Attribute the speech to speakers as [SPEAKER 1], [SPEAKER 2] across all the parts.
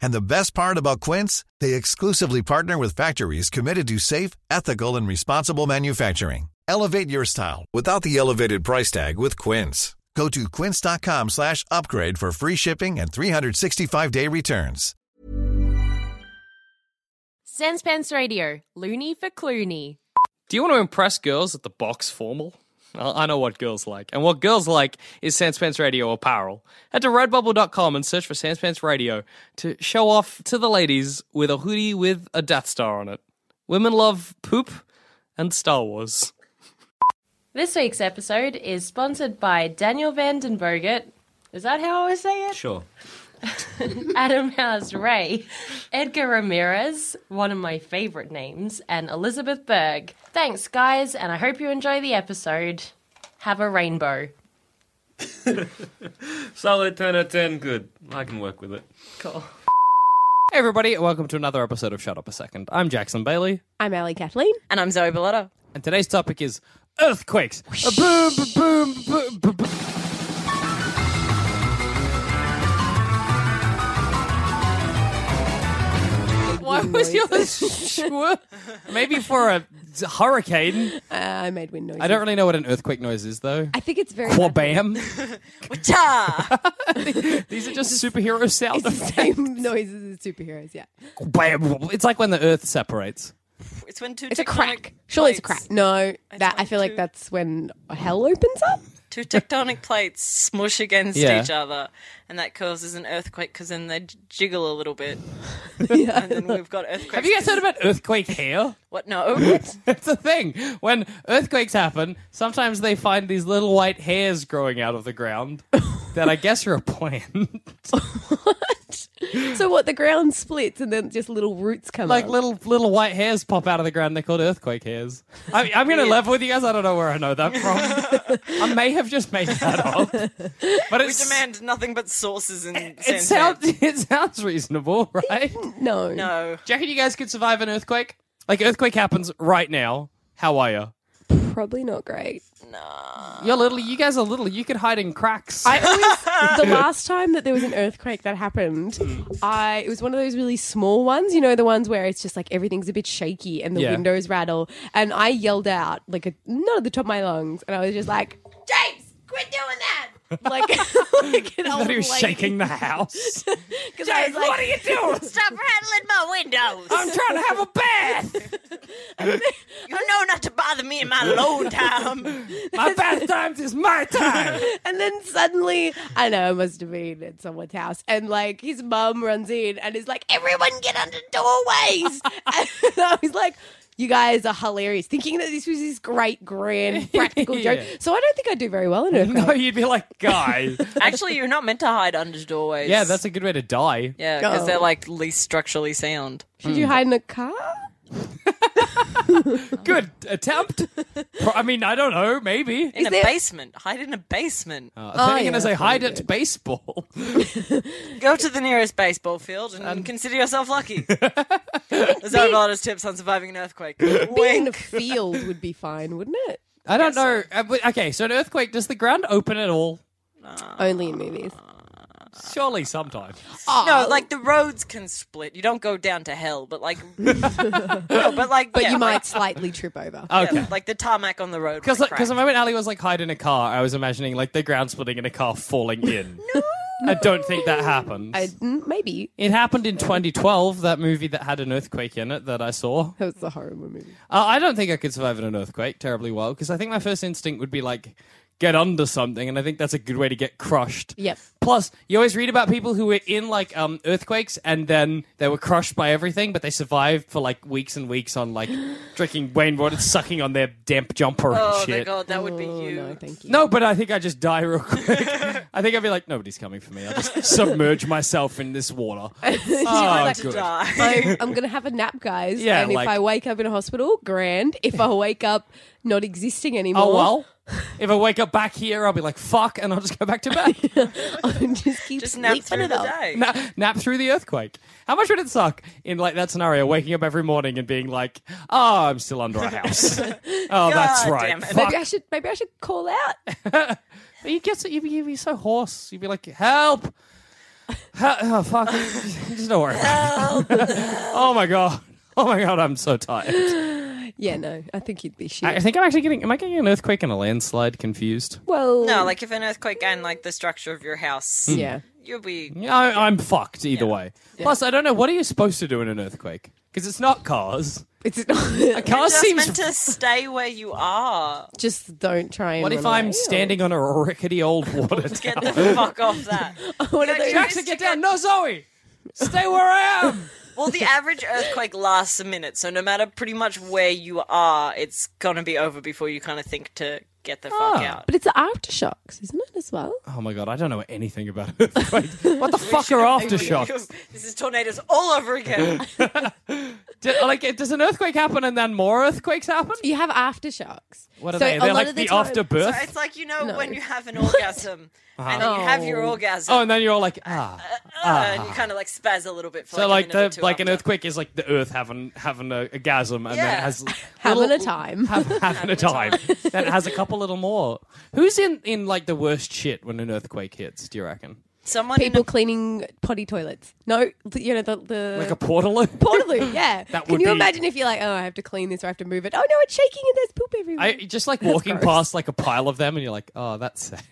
[SPEAKER 1] And the best part about Quince, they exclusively partner with factories committed to safe, ethical, and responsible manufacturing. Elevate your style without the elevated price tag with Quince. Go to quince.com slash upgrade for free shipping and 365-day returns.
[SPEAKER 2] Sandspence Radio, loony for Clooney.
[SPEAKER 3] Do you want to impress girls at the box formal? I I know what girls like, and what girls like is Sanspants Radio apparel. Head to redbubble.com and search for Sanspants Radio to show off to the ladies with a hoodie with a Death Star on it. Women love poop and Star Wars.
[SPEAKER 2] This week's episode is sponsored by Daniel Vandenbergert. Is that how I always say it?
[SPEAKER 4] Sure.
[SPEAKER 2] Adam House Ray, Edgar Ramirez, one of my favourite names, and Elizabeth Berg. Thanks, guys, and I hope you enjoy the episode. Have a rainbow.
[SPEAKER 4] Solid 10 out of 10. Good. I can work with it.
[SPEAKER 2] Cool.
[SPEAKER 3] Hey everybody, and welcome to another episode of Shut Up a Second. I'm Jackson Bailey,
[SPEAKER 5] I'm Ali Kathleen.
[SPEAKER 6] And I'm Zoe Bellotta.
[SPEAKER 3] and today's topic is earthquakes. A boom, ba- boom, boom, boom, boom. Why was yours sure? Maybe for a hurricane.
[SPEAKER 5] Uh, I made wind noises.
[SPEAKER 3] I don't really know what an earthquake noise is, though.
[SPEAKER 5] I think it's very.
[SPEAKER 3] Quabam.
[SPEAKER 6] Wacha!
[SPEAKER 3] These are just superhero sound
[SPEAKER 5] It's the
[SPEAKER 3] effects.
[SPEAKER 5] same noises as superheroes. Yeah,
[SPEAKER 3] Quabam. It's like when the Earth separates.
[SPEAKER 6] it's when two
[SPEAKER 5] it's a
[SPEAKER 6] tectonic
[SPEAKER 5] crack. Surely it's a
[SPEAKER 6] plates-
[SPEAKER 5] crack. No, that I
[SPEAKER 6] like
[SPEAKER 5] feel like
[SPEAKER 6] two-
[SPEAKER 5] that's when hell opens up.
[SPEAKER 6] Two tectonic plates smush against
[SPEAKER 3] Yeah.
[SPEAKER 6] each other, and that causes an earthquake because then they j- jiggle a little bit. And then we've got earthquakes.
[SPEAKER 3] Have you guys heard about earthquake hair?
[SPEAKER 6] What? No.
[SPEAKER 3] That's the thing. When earthquakes happen, sometimes they find these little white hairs growing out of the ground that I guess are a plant.
[SPEAKER 5] So what? The ground splits and then just little roots come
[SPEAKER 3] like
[SPEAKER 5] up.
[SPEAKER 3] little little white hairs pop out of the ground. They're called earthquake hairs. I, I'm going to level with you guys. I don't know where I know that from. I may have just made that up. But
[SPEAKER 6] we
[SPEAKER 3] it's,
[SPEAKER 6] demand nothing but sources and
[SPEAKER 3] it, sounds, it sounds reasonable, right?
[SPEAKER 5] no,
[SPEAKER 6] No.
[SPEAKER 3] Do you reckon you guys could survive an earthquake? Like, earthquake happens right now. How are you?
[SPEAKER 5] probably not great.
[SPEAKER 3] You're little. You guys are little. You could hide in cracks.
[SPEAKER 5] I always the last time that there was an earthquake that happened, I it was one of those really small ones, you know, the ones where it's just like everything's a bit shaky and the
[SPEAKER 3] Yeah.
[SPEAKER 5] windows rattle, and I yelled out like a, not at the top of my lungs, and I was just like, James, quit doing that. Like, like an
[SPEAKER 3] I thought
[SPEAKER 5] old
[SPEAKER 3] he was
[SPEAKER 5] lady.
[SPEAKER 3] shaking the house.
[SPEAKER 5] 'Cause I was like,
[SPEAKER 3] are you doing?
[SPEAKER 6] Stop rattling my windows!
[SPEAKER 3] I'm trying to have a bath.
[SPEAKER 6] you know not to bother me in my alone time.
[SPEAKER 3] My bath times is my time.
[SPEAKER 5] And then suddenly, I know it must have been at someone's house, and like his mum runs in and is like, "Everyone get under doorways!" and I was like. You guys are hilarious. Thinking that this was this great, grand, practical joke.
[SPEAKER 3] Yeah.
[SPEAKER 5] So I don't think I do very well in it.
[SPEAKER 3] No, you'd be like, guys.
[SPEAKER 6] Actually, you're not meant to hide under doorways.
[SPEAKER 3] Yeah, that's a good way to die.
[SPEAKER 6] Yeah, because
[SPEAKER 5] Oh.
[SPEAKER 6] they're like least structurally sound.
[SPEAKER 5] Should you hide in a car?
[SPEAKER 3] Good attempt. Pro- I mean, I don't know. Maybe.
[SPEAKER 6] In
[SPEAKER 5] Is
[SPEAKER 6] a
[SPEAKER 5] there-
[SPEAKER 6] basement. Hide in a basement.
[SPEAKER 3] Uh, I thought you were
[SPEAKER 5] yeah,
[SPEAKER 3] going to say
[SPEAKER 5] that's
[SPEAKER 3] hide
[SPEAKER 5] pretty
[SPEAKER 3] at baseball.
[SPEAKER 6] Go to the nearest baseball field and consider yourself lucky. Zoe Bellotta's tips on surviving an earthquake.
[SPEAKER 5] Being in a
[SPEAKER 6] Wink.
[SPEAKER 5] field would be fine, wouldn't it?
[SPEAKER 3] I don't know. Uh, but- Okay, so an earthquake, does the ground open at all?
[SPEAKER 5] Only in movies.
[SPEAKER 3] Surely sometime.
[SPEAKER 6] No, like the roads can split. You don't go down to hell, but like, no, but like,
[SPEAKER 5] But
[SPEAKER 6] yeah,
[SPEAKER 5] you
[SPEAKER 6] like-
[SPEAKER 5] might slightly trip over.
[SPEAKER 3] Okay.
[SPEAKER 6] yeah, like the tarmac on the road.
[SPEAKER 3] Because
[SPEAKER 6] would
[SPEAKER 3] because the
[SPEAKER 6] crack.
[SPEAKER 3] moment Ali was like hide in a car, I was imagining like the ground splitting and a car falling in. I don't think that happened.
[SPEAKER 5] I, mm, maybe.
[SPEAKER 3] It happened in 2012, that movie that had an earthquake in it that I saw.
[SPEAKER 5] That was the horror movie.
[SPEAKER 3] Uh, I don't think I could survive in an earthquake terribly well because I think my first instinct would be like get under something, and I think that's a good way to get crushed.
[SPEAKER 5] Yep.
[SPEAKER 3] Plus, you always read about people who were in like um, earthquakes and then they were crushed by everything, but they survived for like weeks and weeks on like drinking rainwater, sucking on their damp jumper
[SPEAKER 6] Oh
[SPEAKER 3] and
[SPEAKER 6] my
[SPEAKER 3] shit.
[SPEAKER 6] god, that would be
[SPEAKER 5] Oh,
[SPEAKER 6] you.
[SPEAKER 5] no, thank you.
[SPEAKER 3] No, but I think I just die real quick. I think I'd be like, nobody's coming for me. I'll just submerge myself in this water. oh,
[SPEAKER 6] to
[SPEAKER 3] good.
[SPEAKER 6] die.
[SPEAKER 5] I'm, I'm gonna have a nap, guys.
[SPEAKER 3] Yeah,
[SPEAKER 5] and if
[SPEAKER 3] like-
[SPEAKER 5] I wake up in a hospital, grand. If I wake up not existing anymore,
[SPEAKER 3] Oh, well. If I wake up back here, I'll be like, fuck, and I'll just go back to bed.
[SPEAKER 5] I'm just keep
[SPEAKER 6] Just nap
[SPEAKER 5] sleeping
[SPEAKER 6] through
[SPEAKER 5] it
[SPEAKER 6] the
[SPEAKER 5] up.
[SPEAKER 6] day.
[SPEAKER 3] Na- nap through the earthquake. How much would it suck in like that scenario, waking up every morning and being like, "Oh, I'm still under a house." oh, that's
[SPEAKER 6] God
[SPEAKER 3] right.
[SPEAKER 6] damn it.
[SPEAKER 3] Fuck.
[SPEAKER 5] Maybe I should. Maybe I should call out.
[SPEAKER 3] You get so, you'd, be, you'd be so hoarse. You'd be like, "Help!" Hel- oh, fuck. Just don't worry. about it. oh my god. Oh my god. I'm so tired.
[SPEAKER 5] Yeah, no, I think you'd be shit.
[SPEAKER 3] I I think I'm actually getting. Am I getting an earthquake and a landslide confused?
[SPEAKER 5] well,
[SPEAKER 6] No, like if an earthquake and like the structure of your house,
[SPEAKER 5] yeah.
[SPEAKER 6] you'll be
[SPEAKER 3] Yeah, I, I'm fucked either way. Plus, I don't know what are you supposed to do in an earthquake because it's not cars.
[SPEAKER 5] It's not,
[SPEAKER 3] Cars
[SPEAKER 6] just
[SPEAKER 3] seems
[SPEAKER 6] meant to stay where you are.
[SPEAKER 5] just don't try and.
[SPEAKER 3] What
[SPEAKER 5] run
[SPEAKER 3] if I'm
[SPEAKER 5] away.
[SPEAKER 3] standing on a rickety old water
[SPEAKER 6] Get
[SPEAKER 3] tower?
[SPEAKER 6] the fuck off that.
[SPEAKER 5] What if
[SPEAKER 6] Yeah,
[SPEAKER 5] they-
[SPEAKER 6] yeah.
[SPEAKER 3] Jackson, get down! No, Zoe! Stay where I am!
[SPEAKER 6] Well, the average earthquake lasts a minute, so no matter pretty much where you are, it's gonna be over before you kind of think to get the
[SPEAKER 3] Ah.
[SPEAKER 6] fuck out.
[SPEAKER 5] But it's the aftershocks, isn't it as well?
[SPEAKER 3] Oh my god, I don't know anything about earthquakes. What the fuck are aftershocks?
[SPEAKER 6] This is tornadoes all over again.
[SPEAKER 3] Do, like, does an earthquake happen and then more earthquakes happen?
[SPEAKER 5] You have aftershocks.
[SPEAKER 3] What are
[SPEAKER 5] So
[SPEAKER 3] they?
[SPEAKER 5] a
[SPEAKER 3] They're
[SPEAKER 5] lot
[SPEAKER 3] like
[SPEAKER 5] of
[SPEAKER 3] the,
[SPEAKER 5] time-
[SPEAKER 6] so
[SPEAKER 3] afterbirth?
[SPEAKER 6] it's like you know
[SPEAKER 5] No.
[SPEAKER 6] when you have an orgasm and then you have your
[SPEAKER 5] Oh.
[SPEAKER 6] orgasm.
[SPEAKER 3] Uh-huh. oh, and then you're all like, ah.
[SPEAKER 6] uh, and you kind of like spaz a little bit. For,
[SPEAKER 3] So like
[SPEAKER 6] a minute or
[SPEAKER 3] the
[SPEAKER 6] two
[SPEAKER 3] like an
[SPEAKER 6] after.
[SPEAKER 3] earthquake is like the earth having having a orgasm and then
[SPEAKER 6] Yeah.
[SPEAKER 3] it has
[SPEAKER 5] Having a
[SPEAKER 3] little-
[SPEAKER 5] time.
[SPEAKER 3] have, having a time. then it has a couple little more. Who's in in like the worst shit when an earthquake hits? Do you reckon?
[SPEAKER 6] Someone in
[SPEAKER 5] People cleaning potty toilets. No, th- you know the the
[SPEAKER 3] Like a portaloo?
[SPEAKER 5] Portaloo, yeah.
[SPEAKER 3] That
[SPEAKER 5] Can
[SPEAKER 3] would
[SPEAKER 5] you
[SPEAKER 3] be-
[SPEAKER 5] imagine if you're like, oh, I have to clean this or I have to move it? Oh no, it's shaking and there's poop everywhere.
[SPEAKER 3] I just like walking
[SPEAKER 5] gross.
[SPEAKER 3] past like a pile of them, and you're like, "Oh, that's sad."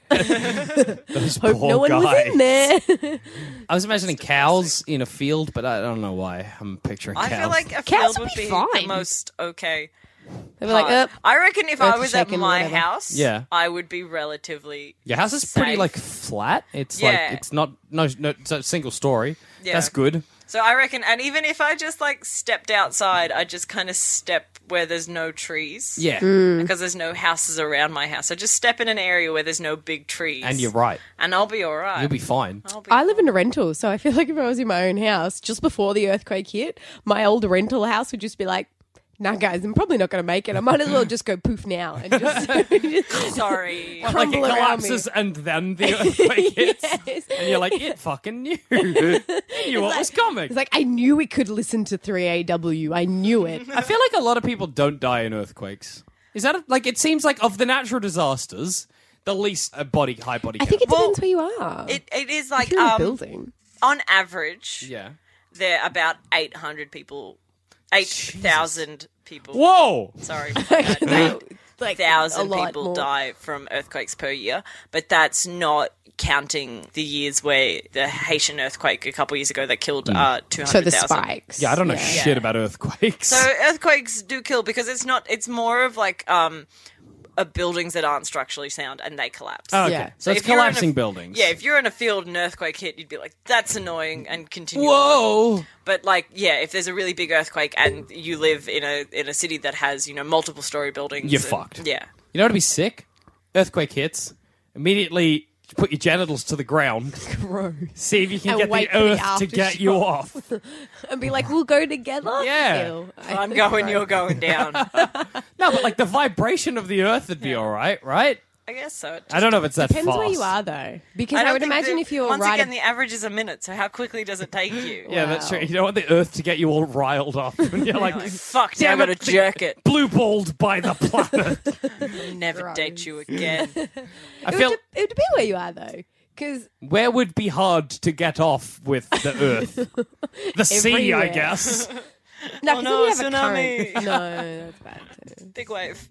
[SPEAKER 3] Those
[SPEAKER 5] Hope
[SPEAKER 3] poor
[SPEAKER 5] no one
[SPEAKER 3] guys.
[SPEAKER 5] was in there.
[SPEAKER 3] I was imagining cows in a field, but I don't know why I'm picturing
[SPEAKER 6] I
[SPEAKER 3] cows.
[SPEAKER 6] feel like a
[SPEAKER 5] Cows
[SPEAKER 6] field
[SPEAKER 5] would
[SPEAKER 6] would
[SPEAKER 5] be
[SPEAKER 6] be
[SPEAKER 5] fine.
[SPEAKER 6] the most okay.
[SPEAKER 5] they were like,
[SPEAKER 6] part.
[SPEAKER 5] oh,
[SPEAKER 6] I reckon if I was at
[SPEAKER 5] shaking,
[SPEAKER 6] my
[SPEAKER 5] whatever.
[SPEAKER 6] house,
[SPEAKER 3] Yeah.
[SPEAKER 6] I would be relatively.
[SPEAKER 3] your house is pretty
[SPEAKER 6] safe.
[SPEAKER 3] like flat. It's
[SPEAKER 6] Yeah.
[SPEAKER 3] like it's not no no it's a single story.
[SPEAKER 6] Yeah.
[SPEAKER 3] That's good.
[SPEAKER 6] So I reckon, and even if I just like stepped outside, I just kind of step where there's no trees.
[SPEAKER 3] Yeah,
[SPEAKER 5] Mm.
[SPEAKER 6] Because there's no houses around my house. I just step in an area where there's no big trees.
[SPEAKER 3] and you're right.
[SPEAKER 6] And I'll be all right.
[SPEAKER 3] You'll be fine.
[SPEAKER 6] I'll be
[SPEAKER 5] I live in a rental, so I feel like if I was in my own house just before the earthquake hit, my old rental house would just be like, nah, guys, I'm probably not going to make it. I might as well just go poof now and just. just
[SPEAKER 6] sorry.
[SPEAKER 3] Like it
[SPEAKER 5] crumble around
[SPEAKER 3] collapses
[SPEAKER 5] me.
[SPEAKER 3] and then the earthquake hits,
[SPEAKER 5] Yes.
[SPEAKER 3] and you're like, "It fucking knew, it knew what was coming."
[SPEAKER 5] It's like I knew we could listen to 3AW. I knew it.
[SPEAKER 3] I feel like a lot of people don't die in earthquakes. Is that a, like it seems like of the natural disasters, the least uh, body high body.
[SPEAKER 5] I think it
[SPEAKER 3] count.
[SPEAKER 5] depends where you are.
[SPEAKER 6] It, it is
[SPEAKER 5] If
[SPEAKER 6] like,
[SPEAKER 5] you're in a
[SPEAKER 6] um,
[SPEAKER 5] building.
[SPEAKER 6] on average,
[SPEAKER 3] yeah.
[SPEAKER 6] there are about 800 people, 8,000 people.
[SPEAKER 3] Whoa!
[SPEAKER 6] Sorry.
[SPEAKER 5] like
[SPEAKER 6] thousand
[SPEAKER 5] a lot
[SPEAKER 6] people
[SPEAKER 5] more.
[SPEAKER 6] die from earthquakes per year, but that's not counting the years where the Haitian earthquake a couple years ago that killed uh, two
[SPEAKER 5] Mm. So the
[SPEAKER 6] hundred thousand.
[SPEAKER 5] spikes.
[SPEAKER 3] Yeah, I don't know shit about earthquakes.
[SPEAKER 6] so earthquakes do kill because it's not. It's more of like um, uh buildings that aren't structurally sound and they collapse.
[SPEAKER 3] Oh, okay,
[SPEAKER 5] yeah.
[SPEAKER 3] so, it's
[SPEAKER 6] if you're in a-
[SPEAKER 3] collapsing buildings.
[SPEAKER 6] Yeah, if you're in a field and an earthquake hit, you'd be like, "That's annoying," and continue. on.
[SPEAKER 3] Whoa!
[SPEAKER 6] But like, yeah, if there's a really big earthquake and you live in a in a city that has you know multiple story buildings,
[SPEAKER 3] You're
[SPEAKER 6] and-
[SPEAKER 3] fucked.
[SPEAKER 6] Yeah,
[SPEAKER 3] You know what'd be sick? Earthquake hits. Immediately put your genitals to the ground. See if you can
[SPEAKER 5] And
[SPEAKER 3] get
[SPEAKER 5] wait
[SPEAKER 3] the
[SPEAKER 5] for the
[SPEAKER 3] earth to get you off.
[SPEAKER 5] and be like, we'll go together.
[SPEAKER 3] Yeah.
[SPEAKER 5] Ew. I-
[SPEAKER 6] I'm going. You're going down. I
[SPEAKER 3] No, but like the vibration of the earth would be all right, right?
[SPEAKER 6] guess so. It
[SPEAKER 3] I don't know if it's that
[SPEAKER 5] Depends
[SPEAKER 3] fast.
[SPEAKER 5] where you are, though, because
[SPEAKER 6] don't
[SPEAKER 5] I, would
[SPEAKER 6] think
[SPEAKER 5] imagine
[SPEAKER 6] the-
[SPEAKER 5] if you were
[SPEAKER 6] once
[SPEAKER 5] right.
[SPEAKER 6] again, the average is a minute. So how quickly does it take you?
[SPEAKER 3] Yeah, that's
[SPEAKER 5] Wow.
[SPEAKER 3] true. You don't want the earth to get you all riled up, and you're like,
[SPEAKER 6] Fuck, now
[SPEAKER 3] Damn
[SPEAKER 6] I'm gonna
[SPEAKER 3] it.
[SPEAKER 6] jerk it.
[SPEAKER 3] blue balled by the planet.
[SPEAKER 6] Never date you again.
[SPEAKER 3] I
[SPEAKER 5] it, would
[SPEAKER 3] feel Oh,
[SPEAKER 5] de- it would depend where you are, though, because
[SPEAKER 3] where would be hard to get off with the earth, the sea, I
[SPEAKER 5] Everywhere.
[SPEAKER 3] guess.
[SPEAKER 5] no,
[SPEAKER 6] Oh,
[SPEAKER 5] 'cause
[SPEAKER 6] no,
[SPEAKER 5] then we
[SPEAKER 6] tsunami.
[SPEAKER 5] have a current. No, that's bad. Too.
[SPEAKER 6] Big wave.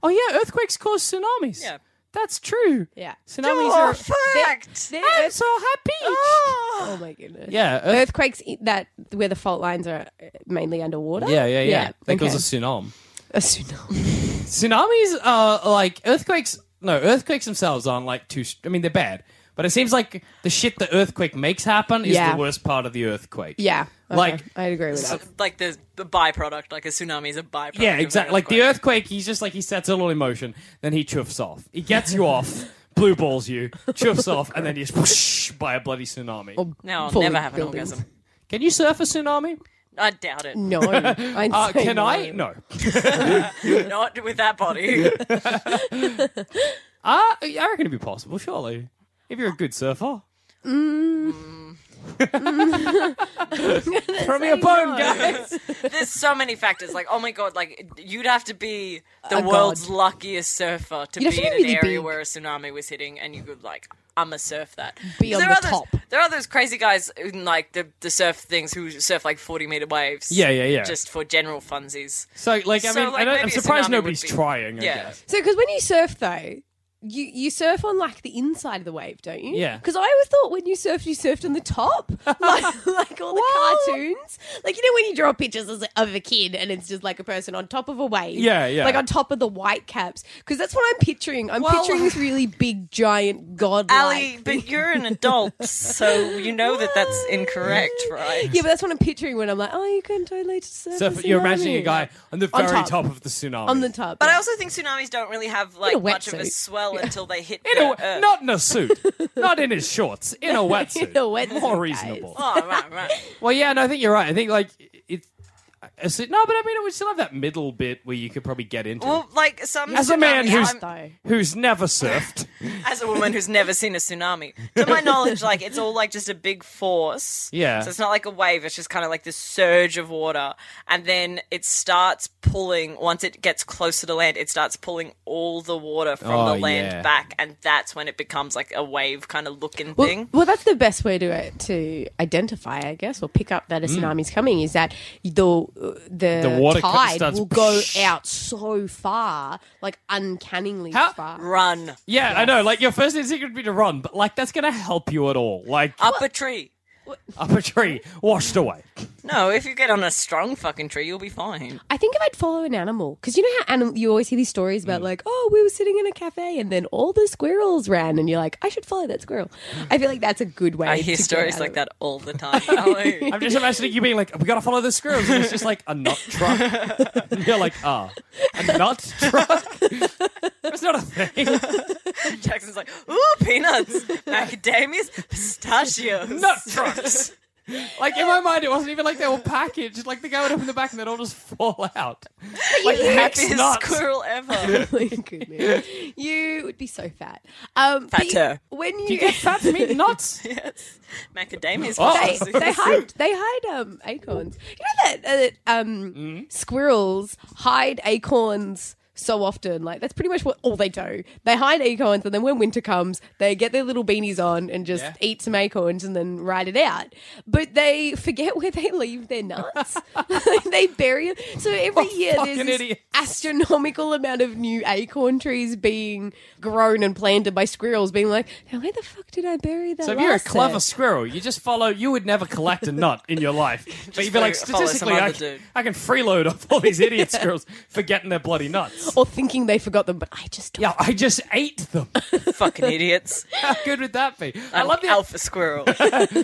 [SPEAKER 3] Oh yeah, earthquakes cause tsunamis.
[SPEAKER 6] Yeah. Oh,
[SPEAKER 3] That's true.
[SPEAKER 5] Yeah.
[SPEAKER 3] Tsunamis are.
[SPEAKER 6] fact.
[SPEAKER 5] They're
[SPEAKER 3] I'm
[SPEAKER 5] earth-
[SPEAKER 3] so happy.
[SPEAKER 5] oh my goodness.
[SPEAKER 3] Ah! Yeah, earth-
[SPEAKER 5] Earthquakes i- that where the fault lines are uh, mainly underwater.
[SPEAKER 3] yeah, yeah, yeah. That
[SPEAKER 5] okay.
[SPEAKER 3] causes a tsunami.
[SPEAKER 5] a tsunami.
[SPEAKER 3] Tsunamis are like earthquakes. No, earthquakes themselves aren't like too. I mean, they're bad, but it seems like the shit the earthquake makes happen is
[SPEAKER 5] Yeah.
[SPEAKER 3] the worst part of the earthquake.
[SPEAKER 5] Yeah. okay.
[SPEAKER 3] Like-
[SPEAKER 5] I'd agree with that.
[SPEAKER 6] Like the, the byproduct, like a tsunami is a byproduct.
[SPEAKER 3] Yeah,
[SPEAKER 6] of an
[SPEAKER 3] exactly. Like the earthquake, he's just like he sets it all in motion, then he chuffs off. He gets you off, blue balls you, chuffs off, and then he's whoosh by a bloody tsunami.
[SPEAKER 6] No, I'll
[SPEAKER 5] Fully
[SPEAKER 6] never have an
[SPEAKER 5] buildings.
[SPEAKER 6] orgasm.
[SPEAKER 3] Can you surf a tsunami?
[SPEAKER 6] I doubt it.
[SPEAKER 5] No. I'd
[SPEAKER 3] Uh,
[SPEAKER 5] say
[SPEAKER 3] can I?
[SPEAKER 5] no.
[SPEAKER 3] No.
[SPEAKER 6] Not with that body.
[SPEAKER 3] Uh, I reckon it'd be possible, surely. If you're a good surfer. Throw me a bone, guys.
[SPEAKER 6] There's so many factors. Like, oh my god, like you'd have to be the
[SPEAKER 5] A
[SPEAKER 6] world's
[SPEAKER 5] god.
[SPEAKER 6] luckiest surfer to
[SPEAKER 5] You'd have
[SPEAKER 6] be
[SPEAKER 5] to
[SPEAKER 6] in
[SPEAKER 5] be
[SPEAKER 6] an
[SPEAKER 5] really
[SPEAKER 6] area
[SPEAKER 5] big.
[SPEAKER 6] where a tsunami was hitting, and you could like, I'ma surf that.
[SPEAKER 5] Be
[SPEAKER 6] 'Cause
[SPEAKER 5] on
[SPEAKER 6] there
[SPEAKER 5] the
[SPEAKER 6] are
[SPEAKER 5] top.
[SPEAKER 6] Those, there are those crazy guys in like the, the surf things who surf like 40 meter waves.
[SPEAKER 3] Yeah, yeah, yeah.
[SPEAKER 6] Just for general funsies.
[SPEAKER 3] So, like, I
[SPEAKER 6] So,
[SPEAKER 3] mean, I
[SPEAKER 6] like,
[SPEAKER 3] don't,
[SPEAKER 6] maybe
[SPEAKER 3] I'm
[SPEAKER 6] a
[SPEAKER 3] surprised
[SPEAKER 6] tsunami would
[SPEAKER 3] nobody's
[SPEAKER 6] be-
[SPEAKER 3] trying, I
[SPEAKER 6] Yeah.
[SPEAKER 3] guess.
[SPEAKER 5] So, because when you surf, though, you, you surf on like the inside of the wave, don't you?
[SPEAKER 3] Yeah.
[SPEAKER 5] Because I always thought when you surfed, you surfed on the top, like, like all the cartoons. Like, you know, when you draw pictures as- of a kid and it's just like a person on top of a wave.
[SPEAKER 3] Yeah, yeah.
[SPEAKER 5] Like on top of the white caps. Because that's what I'm picturing. I'm
[SPEAKER 6] Well-
[SPEAKER 5] picturing this really big, giant, god
[SPEAKER 6] Ali, but you're an adult, so you know that that's incorrect, right?
[SPEAKER 5] Yeah, but that's what I'm picturing when I'm like, oh, you can totally surf.
[SPEAKER 3] So,
[SPEAKER 5] a
[SPEAKER 3] if you're imagining a
[SPEAKER 5] tsunami.
[SPEAKER 3] guy on the
[SPEAKER 5] On
[SPEAKER 3] very top.
[SPEAKER 5] top.
[SPEAKER 3] of the tsunami.
[SPEAKER 5] on the top.
[SPEAKER 6] But
[SPEAKER 5] yeah.
[SPEAKER 6] I also think tsunamis don't really have
[SPEAKER 5] a
[SPEAKER 6] like much of a
[SPEAKER 5] wetsuit.
[SPEAKER 6] swell until they hit
[SPEAKER 3] In a,
[SPEAKER 6] the earth.
[SPEAKER 3] Not in a suit. not in his shorts. In a wetsuit.
[SPEAKER 5] uh. In a wetsuit,
[SPEAKER 3] More
[SPEAKER 5] guys.
[SPEAKER 3] reasonable.
[SPEAKER 6] Oh, right, right.
[SPEAKER 3] Well, yeah, no, I think you're right. I think, like, it's. I see- No, but I mean, it would still have that middle bit where you could probably get into.
[SPEAKER 6] Well, like some
[SPEAKER 5] mm,
[SPEAKER 3] As a man
[SPEAKER 6] tsunamis,
[SPEAKER 3] who's-
[SPEAKER 6] I'm-
[SPEAKER 5] though.
[SPEAKER 3] who's never surfed.
[SPEAKER 6] as a woman who's never seen a tsunami. To my knowledge, like it's all like just a big force.
[SPEAKER 3] Yeah.
[SPEAKER 6] So it's not like a wave, it's just kind of like this surge of water. And then it starts pulling once it gets closer to land, it starts pulling all the water from
[SPEAKER 3] Oh,
[SPEAKER 6] the land
[SPEAKER 3] yeah.
[SPEAKER 6] back, and that's when it becomes like a wave kind of looking
[SPEAKER 5] Well,
[SPEAKER 6] thing.
[SPEAKER 5] well, that's the best way to uh, to identify, I guess, or pick up that a
[SPEAKER 3] Mm.
[SPEAKER 5] tsunami's coming is that the the,
[SPEAKER 3] The water co-
[SPEAKER 5] tide
[SPEAKER 3] starts
[SPEAKER 5] will go out so far, like uncannily
[SPEAKER 3] How-
[SPEAKER 5] far.
[SPEAKER 6] Run
[SPEAKER 3] Yeah, I know. Like your first instinct would be to run, but like that's gonna help you at all. Like
[SPEAKER 5] Uh,
[SPEAKER 3] up,
[SPEAKER 6] up a tree.
[SPEAKER 3] a tree, washed away.
[SPEAKER 6] No, if you get on a strong fucking tree, you'll be fine.
[SPEAKER 5] I think if I'd follow an animal, because you know how anim- you always hear these stories
[SPEAKER 3] Mm.
[SPEAKER 5] about like, oh, we were sitting in a cafe and then all the squirrels ran, and you're like, I should follow that squirrel. I feel like that's a good way.
[SPEAKER 6] I hear
[SPEAKER 5] to get
[SPEAKER 6] stories
[SPEAKER 5] out
[SPEAKER 6] like
[SPEAKER 5] of it.
[SPEAKER 6] that all the time. Ali.
[SPEAKER 3] I'm just imagining you being like, "We gotta follow the squirrels." And it's just like a nut truck. And you're like, "Ah, a nut truck." That's not a thing.
[SPEAKER 6] Jackson's like, ooh, peanuts, macadamias, pistachios.
[SPEAKER 3] Nut trucks. Like in my mind, it wasn't even like they were packaged. Like the guy would open the back, and they'd all just fall out. Like hex
[SPEAKER 6] happiest
[SPEAKER 3] nuts.
[SPEAKER 6] squirrel ever.
[SPEAKER 5] Goodness. you would be so fat. Um, but you-
[SPEAKER 6] Fatter.
[SPEAKER 5] when
[SPEAKER 3] Do you get fat from eating nuts?
[SPEAKER 6] yes. Macadamias.
[SPEAKER 3] Oh.
[SPEAKER 5] they, they hide they hide um acorns. You know that uh, um
[SPEAKER 3] Mm-hmm.
[SPEAKER 5] squirrels hide acorns so often. Like that's pretty much what all they do. They hide acorns, and then when winter comes, they get their little beanies on and just
[SPEAKER 3] Yeah.
[SPEAKER 5] eat some acorns and then ride it out. But they forget where they leave their nuts. they bury them. So every year there's
[SPEAKER 3] Oh, fucking
[SPEAKER 5] this
[SPEAKER 3] idiots.
[SPEAKER 5] astronomical amount of new acorn trees being grown and planted by squirrels, being like, now where the fuck did I bury that?
[SPEAKER 3] So if you're a
[SPEAKER 5] last
[SPEAKER 3] clever
[SPEAKER 5] set?"
[SPEAKER 3] squirrel, you just follow. You would never collect a nut in your life, but you'd be like,
[SPEAKER 6] follow- follow some
[SPEAKER 3] statistically, I,
[SPEAKER 6] other
[SPEAKER 3] c-
[SPEAKER 6] dude.
[SPEAKER 3] I can freeload off all these idiot squirrels for getting their bloody nuts.
[SPEAKER 5] or thinking they forgot them, but I just don't.
[SPEAKER 3] Yeah, I just ate them.
[SPEAKER 6] Fucking idiots.
[SPEAKER 3] How good would that be? i
[SPEAKER 6] I'm
[SPEAKER 3] love the.
[SPEAKER 6] alpha squirrel.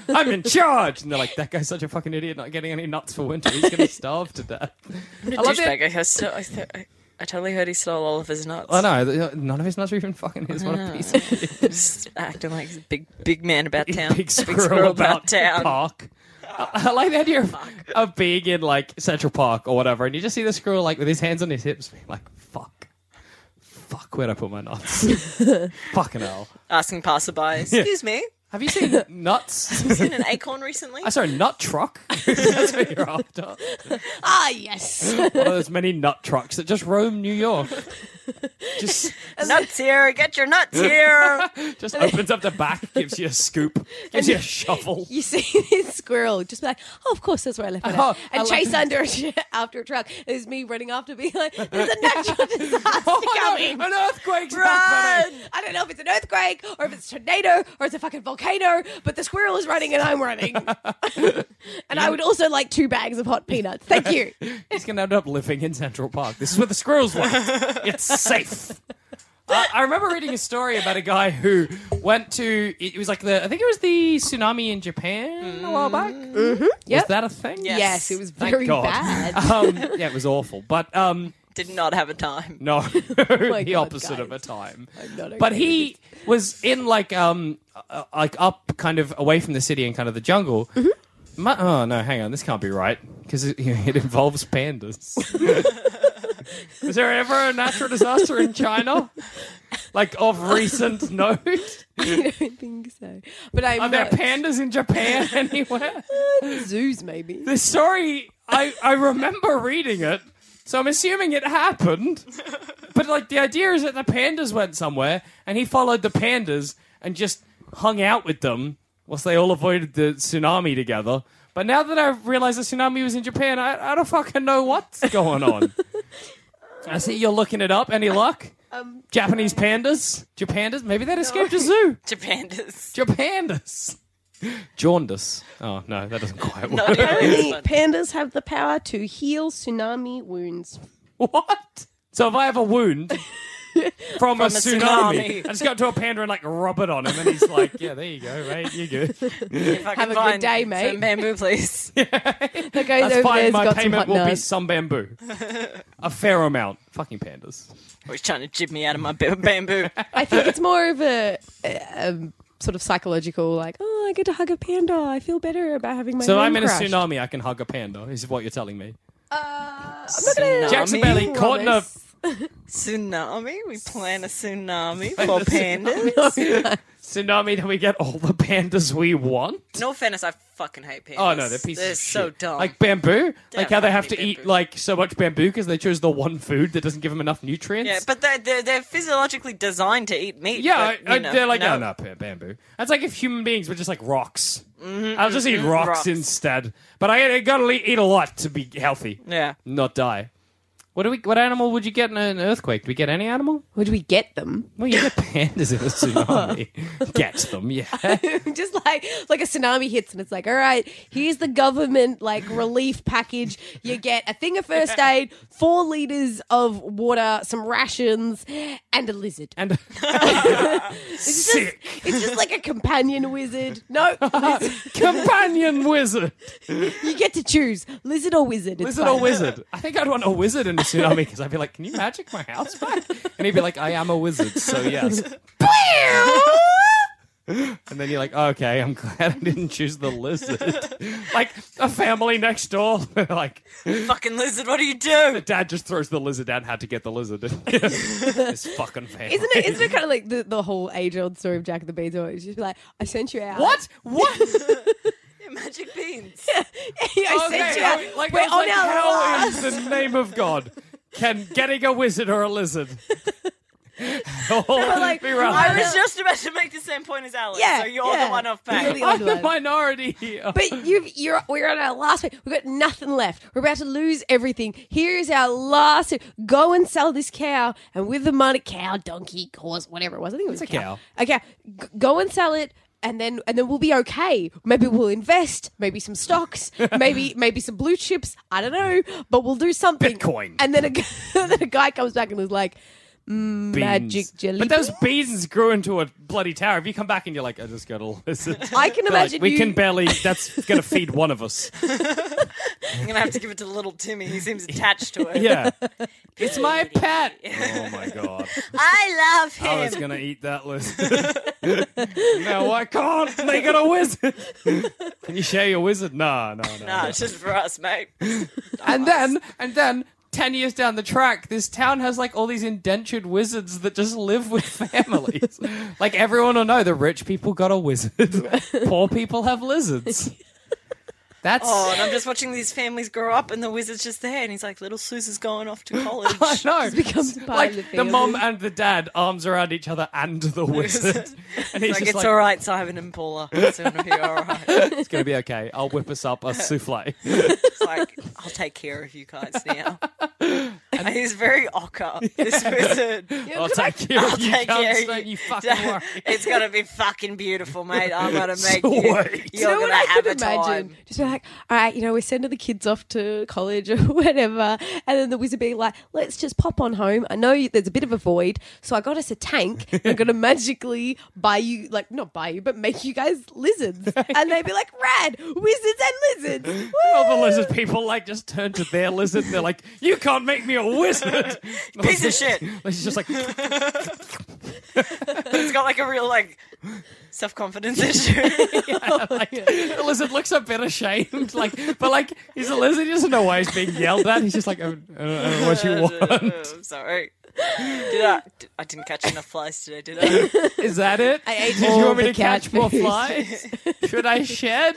[SPEAKER 3] I'm in charge, and they're like, "That guy's such a fucking idiot, not getting any nuts for winter. He's gonna starve to death." I love it.
[SPEAKER 6] Douchebag. I, sto- I, th- I, I totally heard he stole all of his nuts.
[SPEAKER 3] I know th- none of his nuts are even fucking his. One piece.
[SPEAKER 6] Just acting like he's a big, big man about town.
[SPEAKER 3] Big squirrel, about
[SPEAKER 6] town.
[SPEAKER 3] park. I I like the idea of, of being in like Central Park or whatever, and you just see the squirrel like with his hands on his hips, being like, "Fuck, fuck, where'd I put my nuts? Fucking hell!
[SPEAKER 6] Asking passerby, excuse me,
[SPEAKER 3] Have you seen nuts?
[SPEAKER 6] seen an acorn recently?
[SPEAKER 3] I saw a nut truck. That's what you're after.
[SPEAKER 5] Ah, yes.
[SPEAKER 3] One of those many nut trucks that just roam New York. Just
[SPEAKER 6] nuts here, get your nuts here.
[SPEAKER 3] just opens up the back, gives you a scoop, gives you a shovel.
[SPEAKER 5] You see this squirrel just be like, oh, of course, that's where I left it.
[SPEAKER 3] Oh,
[SPEAKER 5] at," and
[SPEAKER 3] I like-
[SPEAKER 5] chase under a sh- after a truck. There's me running after, being like, there's a natural disaster
[SPEAKER 3] Oh,
[SPEAKER 5] coming.
[SPEAKER 3] an earthquake's
[SPEAKER 5] Run!
[SPEAKER 3] happening.
[SPEAKER 5] I don't know if it's an earthquake or if it's a tornado or it's a fucking volcano, but the squirrel is running and I'm running. and I would also like two bags of hot peanuts. Thank you.
[SPEAKER 3] He's going to end up living in Central Park. This is where the squirrels live. it's safe. Uh, I I remember reading a story about a guy who went to. It was like the. I think it was the tsunami in Japan a while back. Mm-hmm. Was
[SPEAKER 5] Yep.
[SPEAKER 3] that a thing?
[SPEAKER 6] Yes.
[SPEAKER 5] Yes, it was
[SPEAKER 3] Thank
[SPEAKER 5] very
[SPEAKER 3] God.
[SPEAKER 5] bad.
[SPEAKER 3] Um, yeah, it was awful. But um,
[SPEAKER 6] Did not have a time.
[SPEAKER 3] No, the
[SPEAKER 5] Oh God,
[SPEAKER 3] opposite of a time.
[SPEAKER 5] not okay
[SPEAKER 3] But he was in like um uh, like up kind of away from the city and kind of the jungle. Mu- oh no, hang on, this can't be right because it, it involves pandas. Was there ever a natural disaster in China? Like of recent note,
[SPEAKER 5] I don't think so. But I'm
[SPEAKER 3] are there
[SPEAKER 5] not-
[SPEAKER 3] pandas in Japan anywhere?
[SPEAKER 5] zoos maybe.
[SPEAKER 3] This story, I, I remember reading it, so I'm assuming it happened. But like the idea is that the pandas went somewhere, and he followed the pandas and just hung out with them whilst they all avoided the tsunami together. But now that I realize the tsunami was in Japan, I, I don't fucking know what's going on. I see you're looking it up. Any luck? Japanese pandas? Japandas? Maybe that escaped a zoo.
[SPEAKER 6] Japandas.
[SPEAKER 3] Japandas. Jaundice. Oh, no, that doesn't quite work.
[SPEAKER 6] Not
[SPEAKER 5] Apparently,
[SPEAKER 6] even.
[SPEAKER 5] pandas have the power to heal tsunami wounds.
[SPEAKER 3] What? So if I have a wound from, a,
[SPEAKER 6] a
[SPEAKER 3] tsunami,
[SPEAKER 6] tsunami.
[SPEAKER 3] I just go up to a panda and like rub it on him, and he's like, "Yeah, there you go, mate. You good?
[SPEAKER 6] If I can
[SPEAKER 5] Have a good
[SPEAKER 6] find
[SPEAKER 5] day,
[SPEAKER 6] some
[SPEAKER 5] mate.
[SPEAKER 6] bamboo, please.
[SPEAKER 5] That goes
[SPEAKER 3] That's
[SPEAKER 5] over
[SPEAKER 3] fine.
[SPEAKER 5] there's
[SPEAKER 3] My
[SPEAKER 5] got some
[SPEAKER 3] payment
[SPEAKER 5] hot
[SPEAKER 3] will be
[SPEAKER 5] nuts.
[SPEAKER 3] some bamboo, a fair amount. Fucking pandas.
[SPEAKER 6] Or he's trying to jib me out of my ba- bamboo.
[SPEAKER 5] I think it's more of a, a, um sort of psychological, like, oh, I get to hug a panda. I feel better about having my.
[SPEAKER 3] So
[SPEAKER 5] hand
[SPEAKER 3] I'm in a
[SPEAKER 5] crushed."
[SPEAKER 3] tsunami. I can hug a panda. Is what you're telling me?
[SPEAKER 5] Uh, I'm not gonna-
[SPEAKER 3] Jackson Bailey
[SPEAKER 5] Promise.
[SPEAKER 3] caught in a
[SPEAKER 6] Tsunami? We plan a tsunami for pandas?
[SPEAKER 3] tsunami. Then we get all the pandas we want.
[SPEAKER 6] In all fairness, I fucking hate pandas.
[SPEAKER 3] Oh no, they're pieces.
[SPEAKER 6] They're
[SPEAKER 3] of
[SPEAKER 6] so
[SPEAKER 3] shit.
[SPEAKER 6] dumb.
[SPEAKER 3] Like bamboo. like how they
[SPEAKER 6] fucking
[SPEAKER 3] have to
[SPEAKER 6] hate
[SPEAKER 3] eat
[SPEAKER 6] bamboo.
[SPEAKER 3] like so much bamboo because they chose the one food that doesn't give them enough nutrients.
[SPEAKER 6] yeah, but they're, they're, they're physiologically designed to eat meat.
[SPEAKER 3] Yeah,
[SPEAKER 6] but,
[SPEAKER 3] I, I,
[SPEAKER 6] you know,
[SPEAKER 3] they're like,
[SPEAKER 6] no.
[SPEAKER 3] oh, no, ba- bamboo. That's like if human beings were just like rocks. I'll just eat rocks,
[SPEAKER 6] Mm-hmm, Rocks.
[SPEAKER 3] instead. But I, I gotta le- eat a lot to be healthy,
[SPEAKER 6] Yeah.
[SPEAKER 3] not die. What do we? What animal would you get in an earthquake? Do we get any animal?
[SPEAKER 5] Would we get them?
[SPEAKER 3] Well, you get pandas in a tsunami. get them, yeah.
[SPEAKER 5] Just like like a tsunami hits and it's like, all right, here's the government like relief package. You get a thing of first aid, four liters of water, some rations, and a lizard.
[SPEAKER 3] And
[SPEAKER 5] It's
[SPEAKER 3] sick
[SPEAKER 5] just, it's just like a companion wizard. No, lizard.
[SPEAKER 3] companion wizard,
[SPEAKER 5] you get to choose lizard or wizard. It's
[SPEAKER 3] lizard or
[SPEAKER 5] fine.
[SPEAKER 3] wizard. I think I'd want a wizard in a tsunami because I'd be like, can you magic my house back? And he'd be like, I am a wizard, so yes. And then you're like, okay, I'm glad I didn't choose the lizard. like a family next door, like
[SPEAKER 6] Fucking lizard, what do you do?
[SPEAKER 3] dad just throws the lizard out. Had to get the lizard. it's fucking family.
[SPEAKER 5] Isn't it? Isn't it kind of like the, the whole age old story of Jack the Beanstalk? It's just like I sent you out.
[SPEAKER 3] What? What?
[SPEAKER 6] Yeah, Magic beans.
[SPEAKER 5] I sent you
[SPEAKER 3] I-
[SPEAKER 5] out.
[SPEAKER 3] like,
[SPEAKER 5] We're
[SPEAKER 3] I was
[SPEAKER 5] on
[SPEAKER 3] like,
[SPEAKER 5] our
[SPEAKER 3] how in the name of God can getting a wizard or a lizard?
[SPEAKER 5] like,
[SPEAKER 3] be wrong.
[SPEAKER 6] I was just about to make the same point as Alex,
[SPEAKER 5] Yeah,
[SPEAKER 6] so you're
[SPEAKER 5] yeah.
[SPEAKER 6] the one off
[SPEAKER 5] You're
[SPEAKER 6] back.
[SPEAKER 5] the
[SPEAKER 3] I'm
[SPEAKER 5] odd
[SPEAKER 3] the
[SPEAKER 5] one.
[SPEAKER 3] minority here.
[SPEAKER 5] But you've, you're, we're on our last week. We've got nothing left. We're about to lose everything. Here is our last. Go and sell this cow, and with the money, cow, donkey, horse, whatever it was. I think it was
[SPEAKER 3] It's
[SPEAKER 5] a
[SPEAKER 3] a
[SPEAKER 5] cow. Okay, g- go and sell it. And then, and then we'll be okay. Maybe we'll invest, maybe some stocks, maybe maybe some blue chips. I don't know, but we'll do something.
[SPEAKER 3] Bitcoin.
[SPEAKER 5] And then a, g- then a guy comes back and is like, magic jelly
[SPEAKER 3] But those beans grew into a bloody tower. If you come back and you're like, I just got a lizard.
[SPEAKER 5] I can
[SPEAKER 3] They're
[SPEAKER 5] imagine
[SPEAKER 3] Like, we
[SPEAKER 5] you-
[SPEAKER 3] can barely. That's gonna feed one of us.
[SPEAKER 6] I'm gonna have to give it to little Timmy. He seems attached to it.
[SPEAKER 3] Yeah, it's my pet. Oh my god,
[SPEAKER 6] I love him.
[SPEAKER 3] I was gonna eat that lizard. no, I can't. They got a wizard. Can you share your wizard? No, no, no.
[SPEAKER 6] Nah, it's just for us, mate.
[SPEAKER 3] And then, and then. Ten years down the track, this town has like all these indentured wizards that just live with families. like everyone will know, the rich people got a wizard, poor people have lizards. That's
[SPEAKER 6] Oh, and I'm just watching these families grow up, and the wizard's just there, and he's like, "Little Susan's going off to college."
[SPEAKER 3] I know.
[SPEAKER 5] becomes part
[SPEAKER 3] like
[SPEAKER 5] of the
[SPEAKER 3] the
[SPEAKER 5] family.
[SPEAKER 3] mom and the dad, arms around each other, and the wizard, and he's
[SPEAKER 6] like,
[SPEAKER 3] just
[SPEAKER 6] it's
[SPEAKER 3] like,
[SPEAKER 6] all right, Simon and Paula. It's gonna be all right.
[SPEAKER 3] "It's gonna be okay. I'll whip us up a souffle."
[SPEAKER 6] It's like I'll take care of you guys now. and he's very ochre. This wizard.
[SPEAKER 3] I'll take care
[SPEAKER 6] I'll
[SPEAKER 3] of you,
[SPEAKER 6] take care
[SPEAKER 3] cunts.
[SPEAKER 6] of
[SPEAKER 3] Don't
[SPEAKER 6] you.
[SPEAKER 3] you fucking worry.
[SPEAKER 6] It's gonna be fucking beautiful, mate. I'm gonna make
[SPEAKER 3] Sweet.
[SPEAKER 6] you. You're
[SPEAKER 5] know what
[SPEAKER 6] gonna
[SPEAKER 5] I
[SPEAKER 6] have
[SPEAKER 5] could
[SPEAKER 6] a time.
[SPEAKER 5] Just be like, all right, you know, we're sending the kids off to college or whatever. And then the wizard being like, let's just pop on home. I know you, there's a bit of a void. So I got us a tank. I'm going to magically buy you, like, not buy you, but make you guys lizards. and they'd be like, rad, wizards and lizards.
[SPEAKER 3] All the
[SPEAKER 5] Woo!
[SPEAKER 3] lizard people like just turn to their lizard. They're like, "You can't make me a wizard."
[SPEAKER 6] Piece of shit.
[SPEAKER 3] He's just like,
[SPEAKER 6] It's got like a real like self confidence issue.
[SPEAKER 3] like the lizard looks a bit ashamed. Like, but like he's a lizard. He doesn't know why he's being yelled at. He's just like, "I don't, I don't- I don't know what you want."
[SPEAKER 6] I'm sorry. Did I? d- I didn't catch enough flies today, did I?
[SPEAKER 3] Is that it? I
[SPEAKER 5] ate
[SPEAKER 3] Did
[SPEAKER 5] all
[SPEAKER 3] you want me
[SPEAKER 5] the
[SPEAKER 3] to catch more
[SPEAKER 5] catfish.
[SPEAKER 3] flies? Should I shed?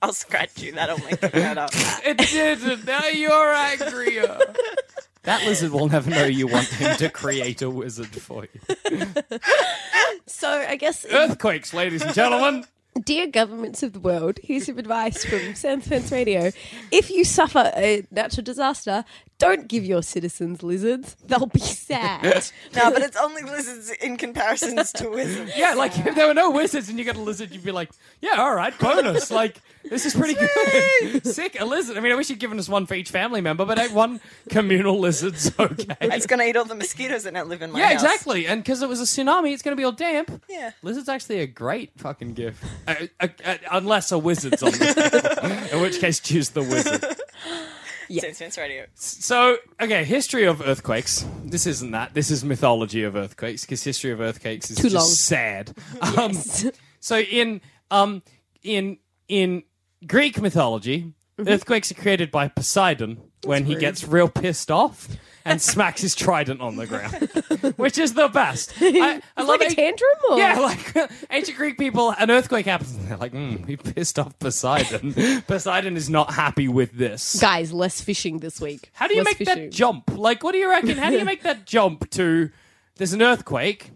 [SPEAKER 6] I'll scratch you. That'll make you better.
[SPEAKER 3] It didn't. Now you're angrier. That lizard will never know you want him to create a wizard for you.
[SPEAKER 5] So I guess,
[SPEAKER 3] Earthquakes, ladies and gentlemen.
[SPEAKER 5] dear governments of the world, here's some advice from Sans Fence Radio. If you suffer a natural disaster, don't give your citizens lizards. They'll be sad.
[SPEAKER 6] No, but it's only lizards in comparisons to wizards.
[SPEAKER 3] Yeah, like if there were no wizards and you got a lizard, you'd be like, yeah, all right, bonus. Like this is pretty good. Sick, a lizard. I mean, I wish you'd given us one for each family member, but hey, one communal lizard's okay.
[SPEAKER 6] It's gonna eat all the mosquitoes that now live in my
[SPEAKER 3] Yeah,
[SPEAKER 6] house.
[SPEAKER 3] exactly. And because it was a tsunami, it's going to be all damp.
[SPEAKER 6] Yeah.
[SPEAKER 3] Lizard's actually a great fucking gift. Uh, uh, uh, unless a wizard's on this table, in which case choose the wizard.
[SPEAKER 6] Sans Fence Radio.
[SPEAKER 3] So, okay, history of earthquakes. This isn't that. This is mythology of earthquakes because history of earthquakes is
[SPEAKER 5] Too
[SPEAKER 3] just
[SPEAKER 5] long.
[SPEAKER 3] sad. Um, so in um in in Greek mythology,
[SPEAKER 5] Mm-hmm.
[SPEAKER 3] earthquakes are created by Poseidon when he gets real pissed off and smacks his trident on the ground, which is the best. I, I
[SPEAKER 5] It's
[SPEAKER 3] love
[SPEAKER 5] like a
[SPEAKER 3] it.
[SPEAKER 5] tantrum or
[SPEAKER 3] Yeah, like ancient Greek people, an earthquake happens, and they're like, mm, "We pissed off Poseidon. Poseidon is not happy with this."
[SPEAKER 5] guys less fishing this week
[SPEAKER 3] How do you make
[SPEAKER 5] Less fishing.
[SPEAKER 3] that jump? Like, what do you reckon? How do you make that jump to there's an earthquake,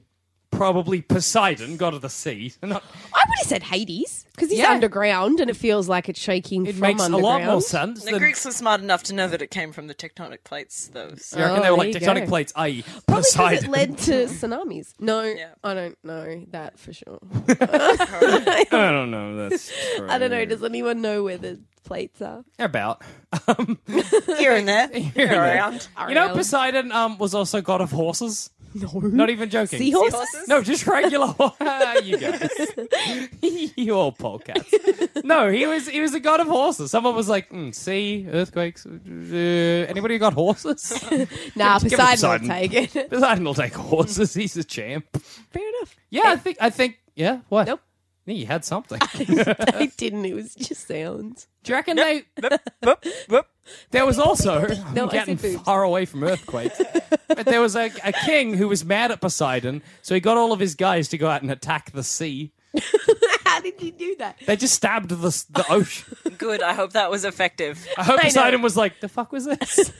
[SPEAKER 3] probably Poseidon, god of the sea? Not,
[SPEAKER 5] i would have said hades because he's
[SPEAKER 3] Yeah.
[SPEAKER 5] underground and it feels like it's shaking
[SPEAKER 3] it
[SPEAKER 5] from
[SPEAKER 3] makes a
[SPEAKER 5] underground
[SPEAKER 3] lot more sense.
[SPEAKER 6] The
[SPEAKER 3] than-
[SPEAKER 6] Greeks were smart enough to know that it came from the tectonic plates, though. So.
[SPEAKER 3] you reckon
[SPEAKER 5] Oh,
[SPEAKER 3] they were like
[SPEAKER 5] there you
[SPEAKER 3] tectonic
[SPEAKER 5] go.
[SPEAKER 3] plates, i.e.,
[SPEAKER 5] Probably 'cause
[SPEAKER 3] Poseidon.
[SPEAKER 5] it led to tsunamis. No,
[SPEAKER 6] Yeah.
[SPEAKER 5] I don't know that for sure.
[SPEAKER 3] I don't know. That's true.
[SPEAKER 5] I don't know. Does anyone know where the plates are?
[SPEAKER 3] about. Um,
[SPEAKER 6] Here and there. Here
[SPEAKER 3] and there.
[SPEAKER 6] around.
[SPEAKER 3] you know,
[SPEAKER 5] Around.
[SPEAKER 3] Poseidon um, was also god of horses.
[SPEAKER 5] No.
[SPEAKER 3] Not even joking.
[SPEAKER 5] Seahorses?
[SPEAKER 6] Seahorses?
[SPEAKER 3] No, just regular. Ah, you guys, you all polecats. No, he was he was a god of horses. Someone was like, mm, "See, earthquakes. Uh, anybody who got horses?
[SPEAKER 5] Nah,
[SPEAKER 3] Just give it
[SPEAKER 5] Poseidon
[SPEAKER 3] Poseidon.
[SPEAKER 5] will take it.
[SPEAKER 3] Poseidon will take horses. He's a champ."
[SPEAKER 5] Fair enough.
[SPEAKER 3] Yeah, I think I think yeah. What?
[SPEAKER 5] Nope.
[SPEAKER 3] I think you had something. Do
[SPEAKER 5] I didn't. It was just sounds.
[SPEAKER 3] you reckon they? There was also
[SPEAKER 5] No,
[SPEAKER 3] I'm
[SPEAKER 5] I
[SPEAKER 3] getting
[SPEAKER 5] said boobs.
[SPEAKER 3] far away from earthquakes. but there was a, a king who was mad at Poseidon, so he got all of his guys to go out and attack the sea.
[SPEAKER 5] How did you do that?
[SPEAKER 3] They just stabbed the s- the ocean.
[SPEAKER 6] Good. I hope that was effective.
[SPEAKER 3] I hope
[SPEAKER 5] know.
[SPEAKER 3] Poseidon was like, the fuck was this?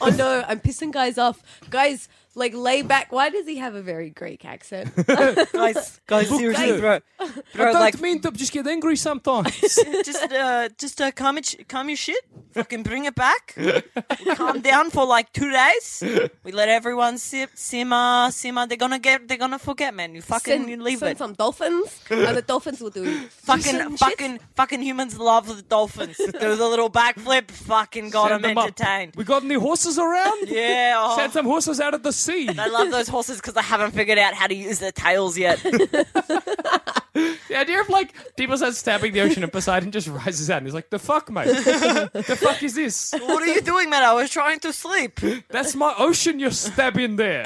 [SPEAKER 5] Oh no, I'm pissing guys off. Guys, like lay back. Why does he have a very Greek accent?
[SPEAKER 6] guys, guys, seriously, bro. Bro,
[SPEAKER 3] I don't
[SPEAKER 6] like,
[SPEAKER 3] mean to just get angry sometimes.
[SPEAKER 6] just, uh, just uh, calm, it, sh- calm your shit. Fucking bring it back. We calm down for like two days. We let everyone sip, simmer, simmer. They're gonna get, they're gonna forget, man. You fucking,
[SPEAKER 5] send,
[SPEAKER 6] you leave
[SPEAKER 5] send
[SPEAKER 6] it.
[SPEAKER 5] some dolphins, and the dolphins will do some
[SPEAKER 6] Fucking,
[SPEAKER 5] shit.
[SPEAKER 6] fucking, fucking humans love the dolphins. Do the little backflip. Fucking got
[SPEAKER 3] Send
[SPEAKER 6] them
[SPEAKER 3] them up.
[SPEAKER 6] entertained.
[SPEAKER 3] We got any horses around?
[SPEAKER 6] Yeah. oh.
[SPEAKER 3] Send some horses out at the sea.
[SPEAKER 6] I love those horses because I haven't figured out how to use their tails yet.
[SPEAKER 3] The idea of like people start stabbing the ocean and Poseidon just rises out and he's like, the fuck, mate? the fuck is this?
[SPEAKER 6] what are you doing, man? I was trying to sleep.
[SPEAKER 3] That's my ocean you're stabbing there.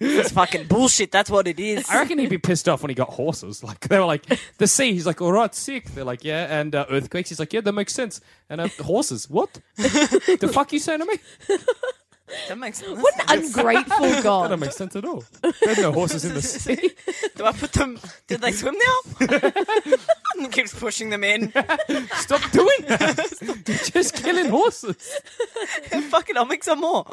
[SPEAKER 6] It's fucking bullshit. That's what it is.
[SPEAKER 3] I reckon he'd be pissed off when he got horses. Like they were like the sea. He's like, all right, sick. They're like, yeah, and uh, earthquakes. He's like, yeah, that makes sense. And uh, horses. What? the fuck you saying to me?
[SPEAKER 6] That makes sense.
[SPEAKER 5] What an ungrateful
[SPEAKER 3] That don't
[SPEAKER 5] god!
[SPEAKER 3] make sense at all. There's no horses in the sea.
[SPEAKER 6] Do I put them? Did they swim now? and keeps pushing them in.
[SPEAKER 3] Stop doing that. You're just killing horses.
[SPEAKER 6] Fuckingomics are more.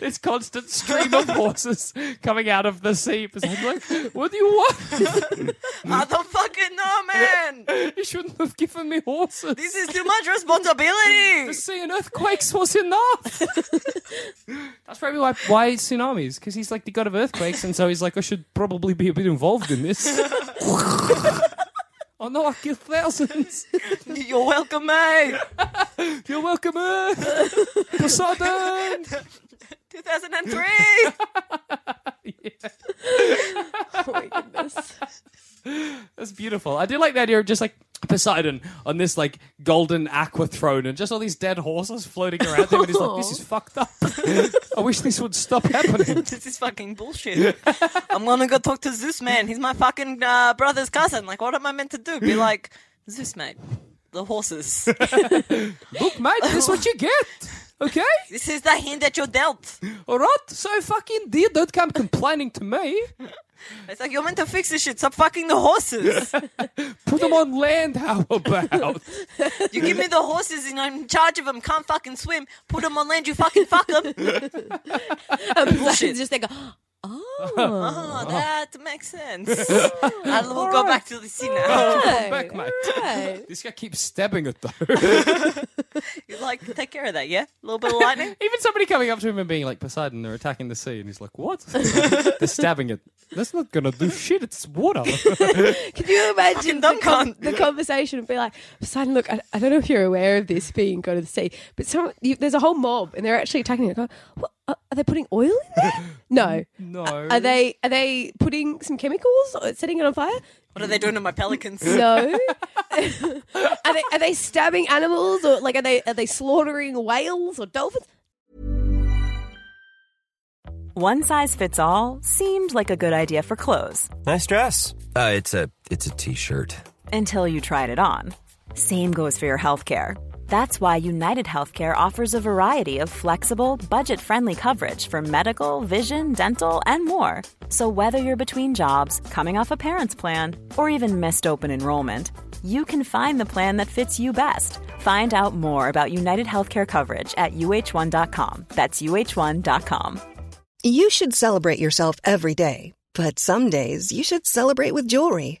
[SPEAKER 3] This constant stream of horses coming out of the sea. It's like, what do you want?
[SPEAKER 6] I don't fucking know, man.
[SPEAKER 3] You shouldn't have given me horses.
[SPEAKER 6] This is too much responsibility.
[SPEAKER 3] The sea and earthquakes was enough. That's probably why why tsunamis because he's like the god of earthquakes, and so he's like I should probably be a bit involved in this. oh no, I killed thousands.
[SPEAKER 6] You're welcome, mate.
[SPEAKER 3] You're welcome, Earth. Poseidon.
[SPEAKER 6] 2003.
[SPEAKER 5] Oh my goodness.
[SPEAKER 3] That's beautiful. I do like the idea of just like Poseidon on this like golden aqua throne and just all these dead horses floating around him, and he's like, "This is fucked up. I wish this would stop happening."
[SPEAKER 6] this is fucking bullshit. I'm gonna go talk to Zeus, man. He's my fucking uh, brother's cousin. Like, what am I meant to do? Be like, Zeus, mate. The horses.
[SPEAKER 3] Look, mate, this is what you get. Okay.
[SPEAKER 6] this is the hand that you're dealt.
[SPEAKER 3] All right, so fucking dear, don't come complaining to me.
[SPEAKER 6] It's like you're meant to fix this shit. Stop fucking the horses.
[SPEAKER 3] Put them on land, how about?
[SPEAKER 6] You give me the horses and I'm in charge of them. Can't fucking swim. Put them on land. You fucking fuck them.
[SPEAKER 5] And Poseidon's just like, oh,
[SPEAKER 6] Oh, that makes sense. I will go back to the sea now.
[SPEAKER 3] Back, mate.
[SPEAKER 5] right.
[SPEAKER 3] This guy keeps stabbing it though.
[SPEAKER 6] You're like, take care of that, yeah? A little bit of lightning.
[SPEAKER 3] Even somebody coming up to him and being like, Poseidon, they're attacking the sea, and he's like, what? they're stabbing it. That's not gonna do shit. It's water.
[SPEAKER 5] Can you imagine the,
[SPEAKER 6] dumb
[SPEAKER 5] con-
[SPEAKER 6] cunt.
[SPEAKER 5] the conversation and be like, Poseidon, look, I, I don't know if you're aware of this being go to the sea, but some, you, there's a whole mob and they're actually attacking it. Go, what, are are they putting oil in there? No.
[SPEAKER 3] no.
[SPEAKER 5] Are they are they putting some chemicals or setting it on fire?
[SPEAKER 6] What are they doing to my pelicans?
[SPEAKER 5] No. are they are they stabbing animals or like are they are they slaughtering whales or dolphins?
[SPEAKER 7] One size fits all seemed like a good idea for clothes
[SPEAKER 8] Nice dress. Uh, it's a it's a t-shirt.
[SPEAKER 7] until you tried it on. Same goes for your healthcare. That's why United Healthcare offers a variety of flexible, budget friendly coverage for medical, vision, dental, and more. So, whether you're between jobs, coming off a parent's plan, or even missed open enrollment, you can find the plan that fits you best. Find out more about United Healthcare coverage at uh1.com. That's uh1.com.
[SPEAKER 9] You should celebrate yourself every day, but some days you should celebrate with jewelry.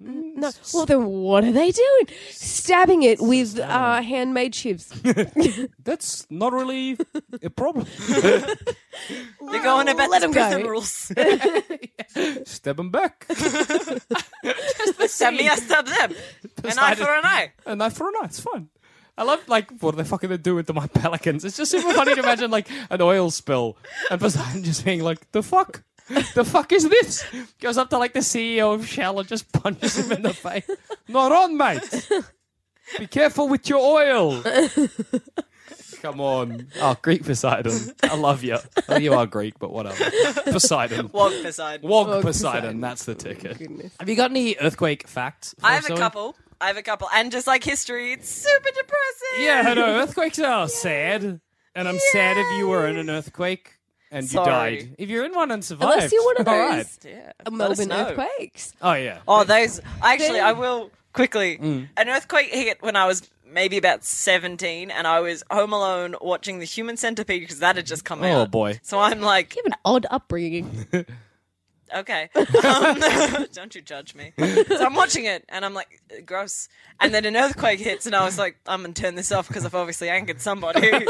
[SPEAKER 5] No. Well, then what are they doing? Stabbing it with uh, handmade chips.
[SPEAKER 3] That's not really a problem.
[SPEAKER 6] They're going about
[SPEAKER 5] Let
[SPEAKER 6] the
[SPEAKER 5] 'em
[SPEAKER 6] prison
[SPEAKER 5] go.
[SPEAKER 6] rules.
[SPEAKER 3] Stab him back.
[SPEAKER 6] Stab me, I stab them. An eye for an eye.
[SPEAKER 3] an eye for an eye. It's fine. I love like what the fuck are they doing to my pelicans? It's just super funny to imagine like an oil spill and Poseidon just being like, the fuck, the fuck is this? Goes up to like the CEO of Shell and just punches him in the face. Not on, mate. Be careful with your oil. Come on, oh Greek Poseidon, I love you. Well, you are Greek, but whatever. Poseidon,
[SPEAKER 6] Walk beside.
[SPEAKER 3] Wog Poseidon, that's the ticket. Have you got any earthquake facts? for
[SPEAKER 6] I have
[SPEAKER 3] us,
[SPEAKER 6] a
[SPEAKER 3] Zoe?
[SPEAKER 6] couple. I have a couple. And just like history, it's super depressing.
[SPEAKER 3] Yeah, I know. Earthquakes are sad. And I'm sad if you were in an earthquake and you
[SPEAKER 6] Sorry.
[SPEAKER 3] died. If you're in one and survived.
[SPEAKER 5] Unless you're one of
[SPEAKER 3] all
[SPEAKER 5] those
[SPEAKER 3] right.
[SPEAKER 6] Yeah. Let us
[SPEAKER 5] Melbourne
[SPEAKER 6] know.
[SPEAKER 5] earthquakes.
[SPEAKER 3] Oh, yeah.
[SPEAKER 6] Oh, those. Actually, I will quickly. An earthquake hit when I was maybe about 17, and I was home alone watching The Human Centipede because that had just come
[SPEAKER 3] Oh,
[SPEAKER 6] out.
[SPEAKER 3] boy.
[SPEAKER 6] So I'm like,
[SPEAKER 5] You have an odd upbringing.
[SPEAKER 6] okay. Um, don't you judge me. So I'm watching it and I'm like, gross. And then an earthquake hits and I was like, I'm going to turn this off because I've obviously angered somebody.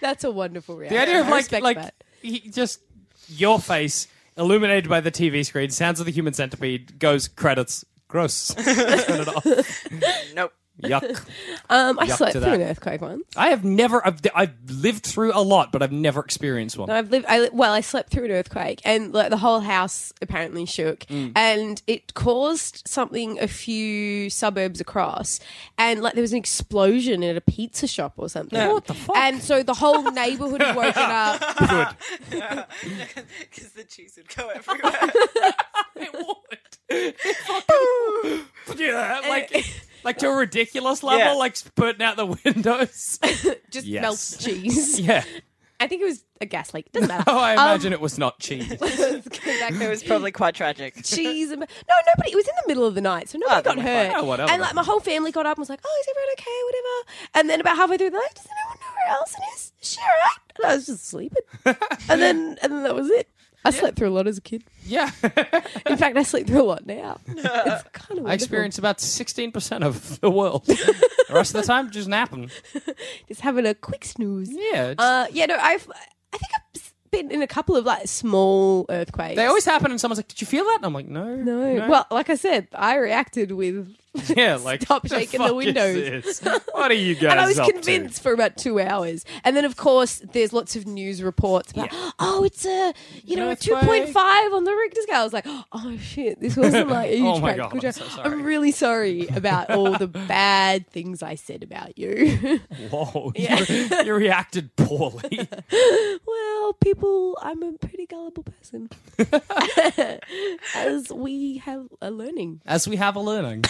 [SPEAKER 5] That's a wonderful reaction.
[SPEAKER 3] The idea of
[SPEAKER 5] I
[SPEAKER 3] like
[SPEAKER 5] respect
[SPEAKER 3] like
[SPEAKER 5] that.
[SPEAKER 3] he just your face illuminated by the TV screen, sounds of the human centipede goes credits. Gross. Turn it off.
[SPEAKER 6] Nope.
[SPEAKER 3] Yuck.
[SPEAKER 5] Um, I
[SPEAKER 3] Yuck
[SPEAKER 5] slept
[SPEAKER 3] to
[SPEAKER 5] through
[SPEAKER 3] that.
[SPEAKER 5] an earthquake once.
[SPEAKER 3] I have never. I've, I've lived through a lot, but I've never experienced one.
[SPEAKER 5] No, I've lived. I, well, I slept through an earthquake, and like, the whole house apparently shook,
[SPEAKER 3] Mm.
[SPEAKER 5] and it caused something a few suburbs across, and like there was an explosion at a pizza shop or something.
[SPEAKER 6] No. What
[SPEAKER 5] the fuck? And so the whole neighborhood had woken up.
[SPEAKER 6] Because the cheese would go everywhere.
[SPEAKER 3] yeah, like like to a ridiculous level,
[SPEAKER 5] Yeah.
[SPEAKER 3] like putting out the windows.
[SPEAKER 5] Just
[SPEAKER 3] Yes.
[SPEAKER 5] melts cheese.
[SPEAKER 3] yeah.
[SPEAKER 5] I think it was a gas leak. Doesn't matter.
[SPEAKER 3] Oh, I
[SPEAKER 5] Um,
[SPEAKER 3] imagine it was not cheese.
[SPEAKER 6] It was probably quite tragic.
[SPEAKER 5] cheese. And, no, nobody. It was in the middle of the night, so nobody
[SPEAKER 6] Oh,
[SPEAKER 5] got
[SPEAKER 6] then
[SPEAKER 5] hurt.
[SPEAKER 3] fine. Oh, whatever.
[SPEAKER 5] And like my whole family got up and was like, "Oh, is everyone okay? Whatever." And then about halfway through, they're like, "Does anyone know where Alison is? Is she all right?" And I was just sleeping. and then and then that was it. I slept through a lot as a kid.
[SPEAKER 3] Yeah.
[SPEAKER 5] in fact, I sleep through a lot now. It's kind of.
[SPEAKER 3] I experience about sixteen percent of the world. the rest of the time, just napping.
[SPEAKER 5] just having a quick snooze.
[SPEAKER 3] Yeah, just-
[SPEAKER 5] Uh, yeah. No, I've. I think I've been in a couple of like small earthquakes.
[SPEAKER 3] They always happen, and someone's like, "Did you feel that?" And I'm like, "No,
[SPEAKER 5] No. Well, like I said, I reacted with
[SPEAKER 3] yeah, like
[SPEAKER 5] stop
[SPEAKER 3] "The
[SPEAKER 5] shaking
[SPEAKER 3] fuck
[SPEAKER 5] the
[SPEAKER 3] is
[SPEAKER 5] windows.
[SPEAKER 3] this? What are you guys
[SPEAKER 5] and I was
[SPEAKER 3] up to?"
[SPEAKER 5] convinced for about two hours. And then, of course, there's lots of news reports about, oh, it's a, you know, a
[SPEAKER 10] Earthquake.
[SPEAKER 5] 2.5 on the Richter scale. I was like, oh, shit, this wasn't like a huge
[SPEAKER 10] Oh my God,
[SPEAKER 5] practical
[SPEAKER 10] I'm
[SPEAKER 5] joke.
[SPEAKER 10] so sorry.
[SPEAKER 5] I'm really sorry about all the bad things I said about you.
[SPEAKER 3] Whoa, you, you reacted poorly.
[SPEAKER 5] well, people, I'm a pretty gullible person. As we have a learning.
[SPEAKER 3] As we have a learning.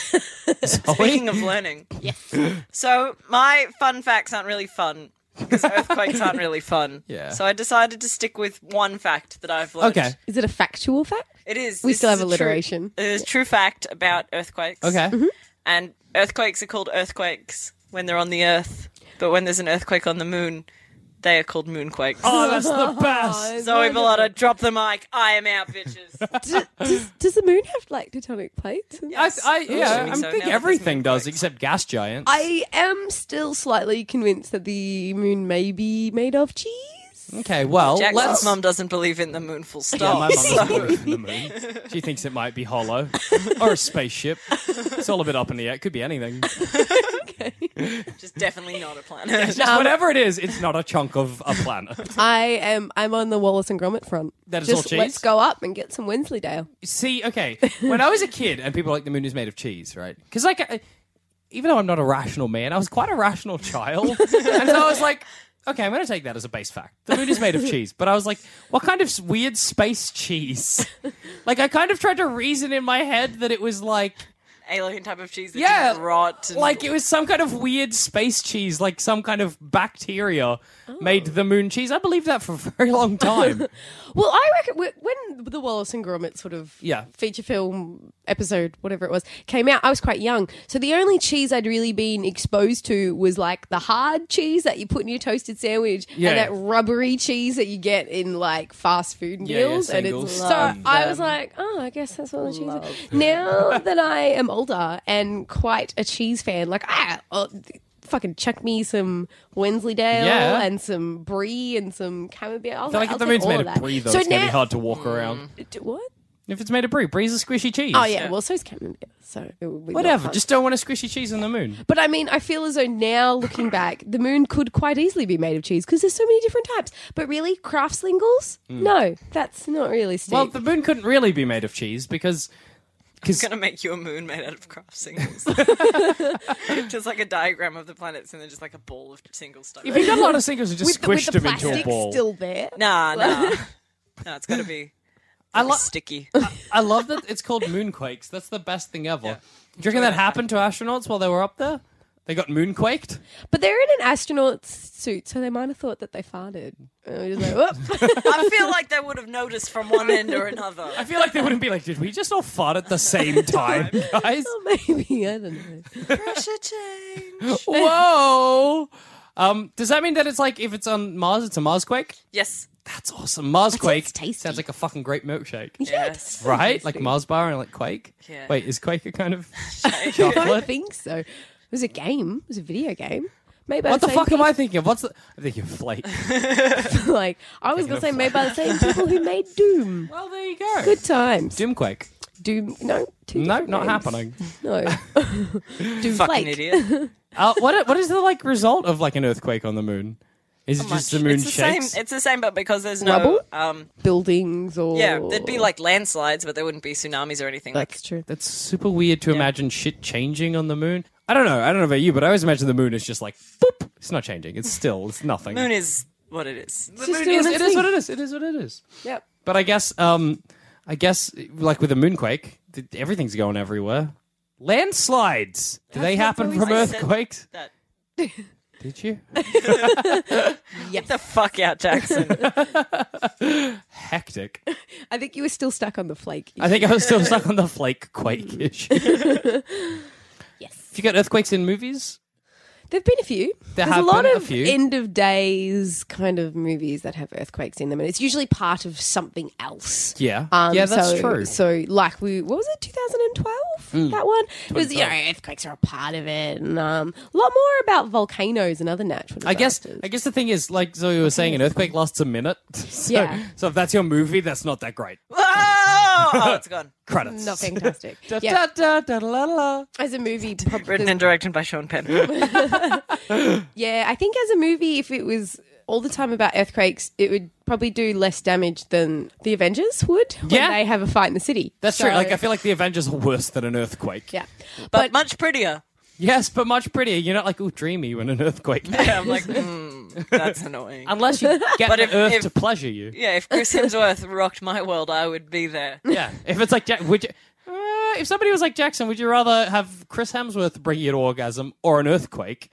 [SPEAKER 6] Speaking of learning, yes. So my fun facts aren't really fun because earthquakes aren't really fun.
[SPEAKER 5] Yeah.
[SPEAKER 6] So I decided to stick with one fact that I've learned.
[SPEAKER 5] Is it a factual fact?
[SPEAKER 6] It is.
[SPEAKER 5] We
[SPEAKER 6] This
[SPEAKER 5] still
[SPEAKER 6] is
[SPEAKER 5] have
[SPEAKER 6] a true-
[SPEAKER 5] alliteration.
[SPEAKER 6] it is a true fact about earthquakes.
[SPEAKER 5] Okay. Mhm.
[SPEAKER 6] And earthquakes are called earthquakes when they're on the earth, but when there's an earthquake on the moon, they are called moonquakes.
[SPEAKER 3] Oh, that's the best.
[SPEAKER 6] Zoe Bellotta, drop the mic. I am out, bitches.
[SPEAKER 5] does, does the moon have like tectonic plates? and
[SPEAKER 3] I,
[SPEAKER 6] Oh,
[SPEAKER 3] I,
[SPEAKER 5] stuff?
[SPEAKER 3] yeah,
[SPEAKER 6] Assuming
[SPEAKER 3] I
[SPEAKER 6] so. Now
[SPEAKER 3] think
[SPEAKER 6] that there's
[SPEAKER 3] everything does except gas giants.
[SPEAKER 5] I am still slightly convinced that the moon may be made of cheese.
[SPEAKER 3] okay, well,
[SPEAKER 6] Jackson's
[SPEAKER 3] let's.
[SPEAKER 6] mum doesn't believe in the moon full stop.
[SPEAKER 3] Yeah, my mum
[SPEAKER 6] so-
[SPEAKER 3] doesn't believe in the moon. She thinks it might be hollow or a spaceship. It's all a bit up in the air. It could be anything.
[SPEAKER 6] Just definitely not a planet.
[SPEAKER 3] It's just whatever it is, it's not a chunk of a planet.
[SPEAKER 5] I am. I'm on the Wallace and Gromit front.
[SPEAKER 3] That is all
[SPEAKER 5] Just
[SPEAKER 3] cheese?
[SPEAKER 5] Let's go up and get some Wensleydale.
[SPEAKER 3] See, okay, when I was a kid and people were like the moon is made of cheese, right? Because like, I, even though I'm not a rational man, I was quite a rational child, and so I was like, okay, I'm going to take that as a base fact. The moon is made of cheese, but I was like, what kind of s- weird space cheese? Like, I kind of tried to reason in my head that it was like.
[SPEAKER 6] Alien type of cheese that
[SPEAKER 3] Yeah,
[SPEAKER 6] didn't rot. And...
[SPEAKER 3] Like it was some kind of weird space cheese, like some kind of
[SPEAKER 5] Oh.
[SPEAKER 3] bacteria made the moon cheese. I believed that for a very long time.
[SPEAKER 5] Well, I reckon wh- when the Wallace and Gromit sort of
[SPEAKER 3] Yeah.
[SPEAKER 5] feature film episode, whatever it was, came out, I was quite young. So the only cheese I'd really been exposed to was like the hard cheese that you put in your toasted sandwich
[SPEAKER 10] Yeah.
[SPEAKER 5] and that rubbery cheese that you get in like fast food
[SPEAKER 10] Yeah, yeah,
[SPEAKER 5] meals. and it's
[SPEAKER 10] singles.
[SPEAKER 5] so
[SPEAKER 10] Love
[SPEAKER 5] I was
[SPEAKER 10] them.
[SPEAKER 5] like, oh, I guess that's what the cheese is. Now that I am older and quite a cheese fan, like, ah, oh, th- fucking chuck me some Wensleydale
[SPEAKER 3] Yeah.
[SPEAKER 5] and some brie and some chamomile. I
[SPEAKER 3] I
[SPEAKER 5] was
[SPEAKER 3] feel like if
[SPEAKER 5] I'll
[SPEAKER 3] the
[SPEAKER 5] take
[SPEAKER 3] moon's
[SPEAKER 5] all
[SPEAKER 3] made
[SPEAKER 5] of
[SPEAKER 3] of
[SPEAKER 5] that.
[SPEAKER 3] brie, though,
[SPEAKER 5] So
[SPEAKER 3] it's going to
[SPEAKER 5] now- Hmm.
[SPEAKER 3] be hard to walk around.
[SPEAKER 5] D- What?
[SPEAKER 3] If it's made of brie, brie's a squishy cheese.
[SPEAKER 5] Oh yeah, well, so's chamomile. So it would be not
[SPEAKER 3] Whatever.
[SPEAKER 5] fun.
[SPEAKER 3] Just don't want a squishy cheese on the moon.
[SPEAKER 5] But I mean, I feel as though now looking back, the moon could quite easily be made of cheese because there's so many different types. But really, craft singles?
[SPEAKER 3] Mm.
[SPEAKER 5] No, that's not realistic.
[SPEAKER 3] Well, the moon couldn't really be made of cheese because. Cause,
[SPEAKER 6] I'm gonna make you a moon made out of craft singles. just like a diagram of the planets, and then just like a ball of single stuff.
[SPEAKER 3] If you got a lot of singles, you just
[SPEAKER 6] With the- with
[SPEAKER 3] squish
[SPEAKER 6] the
[SPEAKER 3] them into a
[SPEAKER 6] plastic
[SPEAKER 3] ball.
[SPEAKER 6] still
[SPEAKER 5] there?
[SPEAKER 6] Nah, nah. no, it's gotta be.
[SPEAKER 3] I love
[SPEAKER 6] sticky.
[SPEAKER 3] I, I love that it's called moonquakes. That's the best thing ever. Do you reckon that happened to astronauts while they were up there? They got moonquaked.
[SPEAKER 5] but they're in an astronaut suit, so they might have thought that they farted. And we're just like, "Whoop."
[SPEAKER 6] I feel like they would have noticed from one end or another.
[SPEAKER 3] I feel like they wouldn't be like, did we just all fart at the same time,
[SPEAKER 6] Oh,
[SPEAKER 3] guys?
[SPEAKER 5] maybe I don't
[SPEAKER 6] know. Pressure change.
[SPEAKER 3] Whoa! Um, does that mean that it's like if it's on Mars, it's a Marsquake?
[SPEAKER 6] Yes.
[SPEAKER 3] That's awesome. Mars Quake sounds like a fucking great milkshake.
[SPEAKER 6] Yes.
[SPEAKER 3] Right? Like Mars bar and like Quake?
[SPEAKER 6] Yeah.
[SPEAKER 3] Wait, is Quake a kind of
[SPEAKER 5] I don't
[SPEAKER 3] chocolate?
[SPEAKER 5] think so. It was a game. It was a video game. Maybe by
[SPEAKER 3] what
[SPEAKER 5] the
[SPEAKER 3] the
[SPEAKER 5] same
[SPEAKER 3] fuck am
[SPEAKER 5] people-
[SPEAKER 3] I thinking of? What's the... I'm thinking of Flake.
[SPEAKER 5] like? I was
[SPEAKER 3] Taking
[SPEAKER 5] gonna
[SPEAKER 3] a
[SPEAKER 5] say
[SPEAKER 3] fl-
[SPEAKER 5] made by the same people who made Doom.
[SPEAKER 3] Well, there you go.
[SPEAKER 5] Good times.
[SPEAKER 3] Doomquake.
[SPEAKER 5] Doom. No. Two
[SPEAKER 3] No,
[SPEAKER 5] different
[SPEAKER 3] not
[SPEAKER 5] names.
[SPEAKER 3] happening.
[SPEAKER 5] No. Doom
[SPEAKER 6] Fucking
[SPEAKER 5] Flake.
[SPEAKER 6] idiot.
[SPEAKER 3] Uh, what, what is the like result of like an earthquake on the moon? Is it just the moon
[SPEAKER 6] it's the same.
[SPEAKER 3] shakes?
[SPEAKER 6] It's the same, but because there's no
[SPEAKER 5] Rubble?
[SPEAKER 6] um.
[SPEAKER 5] Buildings or
[SPEAKER 6] Yeah, there'd be like landslides, but there wouldn't be tsunamis or anything. Like
[SPEAKER 5] That's true.
[SPEAKER 3] Oh. That's super weird to imagine shit changing on the moon. I don't know. I don't know about you, but I always imagine the moon is just like boop. It's not changing. It's still. It's nothing.
[SPEAKER 6] moon is what it is.
[SPEAKER 3] the
[SPEAKER 5] just
[SPEAKER 3] moon
[SPEAKER 5] doing
[SPEAKER 3] is.
[SPEAKER 5] its
[SPEAKER 3] It is
[SPEAKER 5] thing.
[SPEAKER 3] what it is. It is what it is.
[SPEAKER 5] Yep.
[SPEAKER 3] But I guess, um, I guess, like with a moonquake, th- everything's going everywhere. Landslides. Do they happen from
[SPEAKER 6] I said
[SPEAKER 3] earthquakes?
[SPEAKER 6] That.
[SPEAKER 3] Did you?
[SPEAKER 6] Get the fuck out, Jackson.
[SPEAKER 3] Hectic.
[SPEAKER 5] I think you were still stuck on the flake.
[SPEAKER 3] I think I was still stuck on the flake quake issue. Have
[SPEAKER 5] yes.
[SPEAKER 3] you got earthquakes in movies?
[SPEAKER 5] There've been a few.
[SPEAKER 3] There
[SPEAKER 5] There's
[SPEAKER 3] have
[SPEAKER 5] a lot
[SPEAKER 3] been a
[SPEAKER 5] of
[SPEAKER 3] few.
[SPEAKER 5] end of days kind of movies that have earthquakes in them, and it's usually part of something else. Um,
[SPEAKER 3] Yeah. yeah, that's
[SPEAKER 5] so,
[SPEAKER 3] true. Mm.
[SPEAKER 5] So, like, we what was it, 2012? That one it was, you know, earthquakes are a part of it, and um, a lot more about volcanoes and other natural.
[SPEAKER 3] I guess
[SPEAKER 5] disasters.
[SPEAKER 3] I guess the thing is, like Zoe was saying, an earthquake lasts a minute. So,
[SPEAKER 5] Yeah.
[SPEAKER 3] so if that's your movie, that's not that great.
[SPEAKER 6] Whoa! Oh, it's gone.
[SPEAKER 3] Credits.
[SPEAKER 5] not fantastic.
[SPEAKER 3] Da,
[SPEAKER 5] yeah,
[SPEAKER 3] da, da, da, la, la.
[SPEAKER 5] as a movie, prob-
[SPEAKER 6] Written and directed by Sean Penn.
[SPEAKER 5] yeah, I think as a movie, if it was all the time about earthquakes, it would probably do less damage than the Avengers would when
[SPEAKER 3] Yeah.
[SPEAKER 5] they have a fight in the city.
[SPEAKER 3] That's
[SPEAKER 5] So-
[SPEAKER 3] true. Like I feel like the Avengers are worse than an earthquake.
[SPEAKER 5] yeah,
[SPEAKER 6] but much prettier.
[SPEAKER 3] Yes, but much prettier. You're not like ooh dreamy when an earthquake.
[SPEAKER 6] Yeah, I'm like, mm, that's annoying.
[SPEAKER 3] Unless you get
[SPEAKER 6] But
[SPEAKER 3] the
[SPEAKER 6] if-
[SPEAKER 3] Earth
[SPEAKER 6] if-
[SPEAKER 3] to pleasure you.
[SPEAKER 6] yeah, if Chris Hemsworth rocked my world, I would be there.
[SPEAKER 3] Yeah. If it's like Jack, would you? Uh, if somebody was like Jackson, would you rather have Chris Hemsworth bring you to orgasm or an earthquake?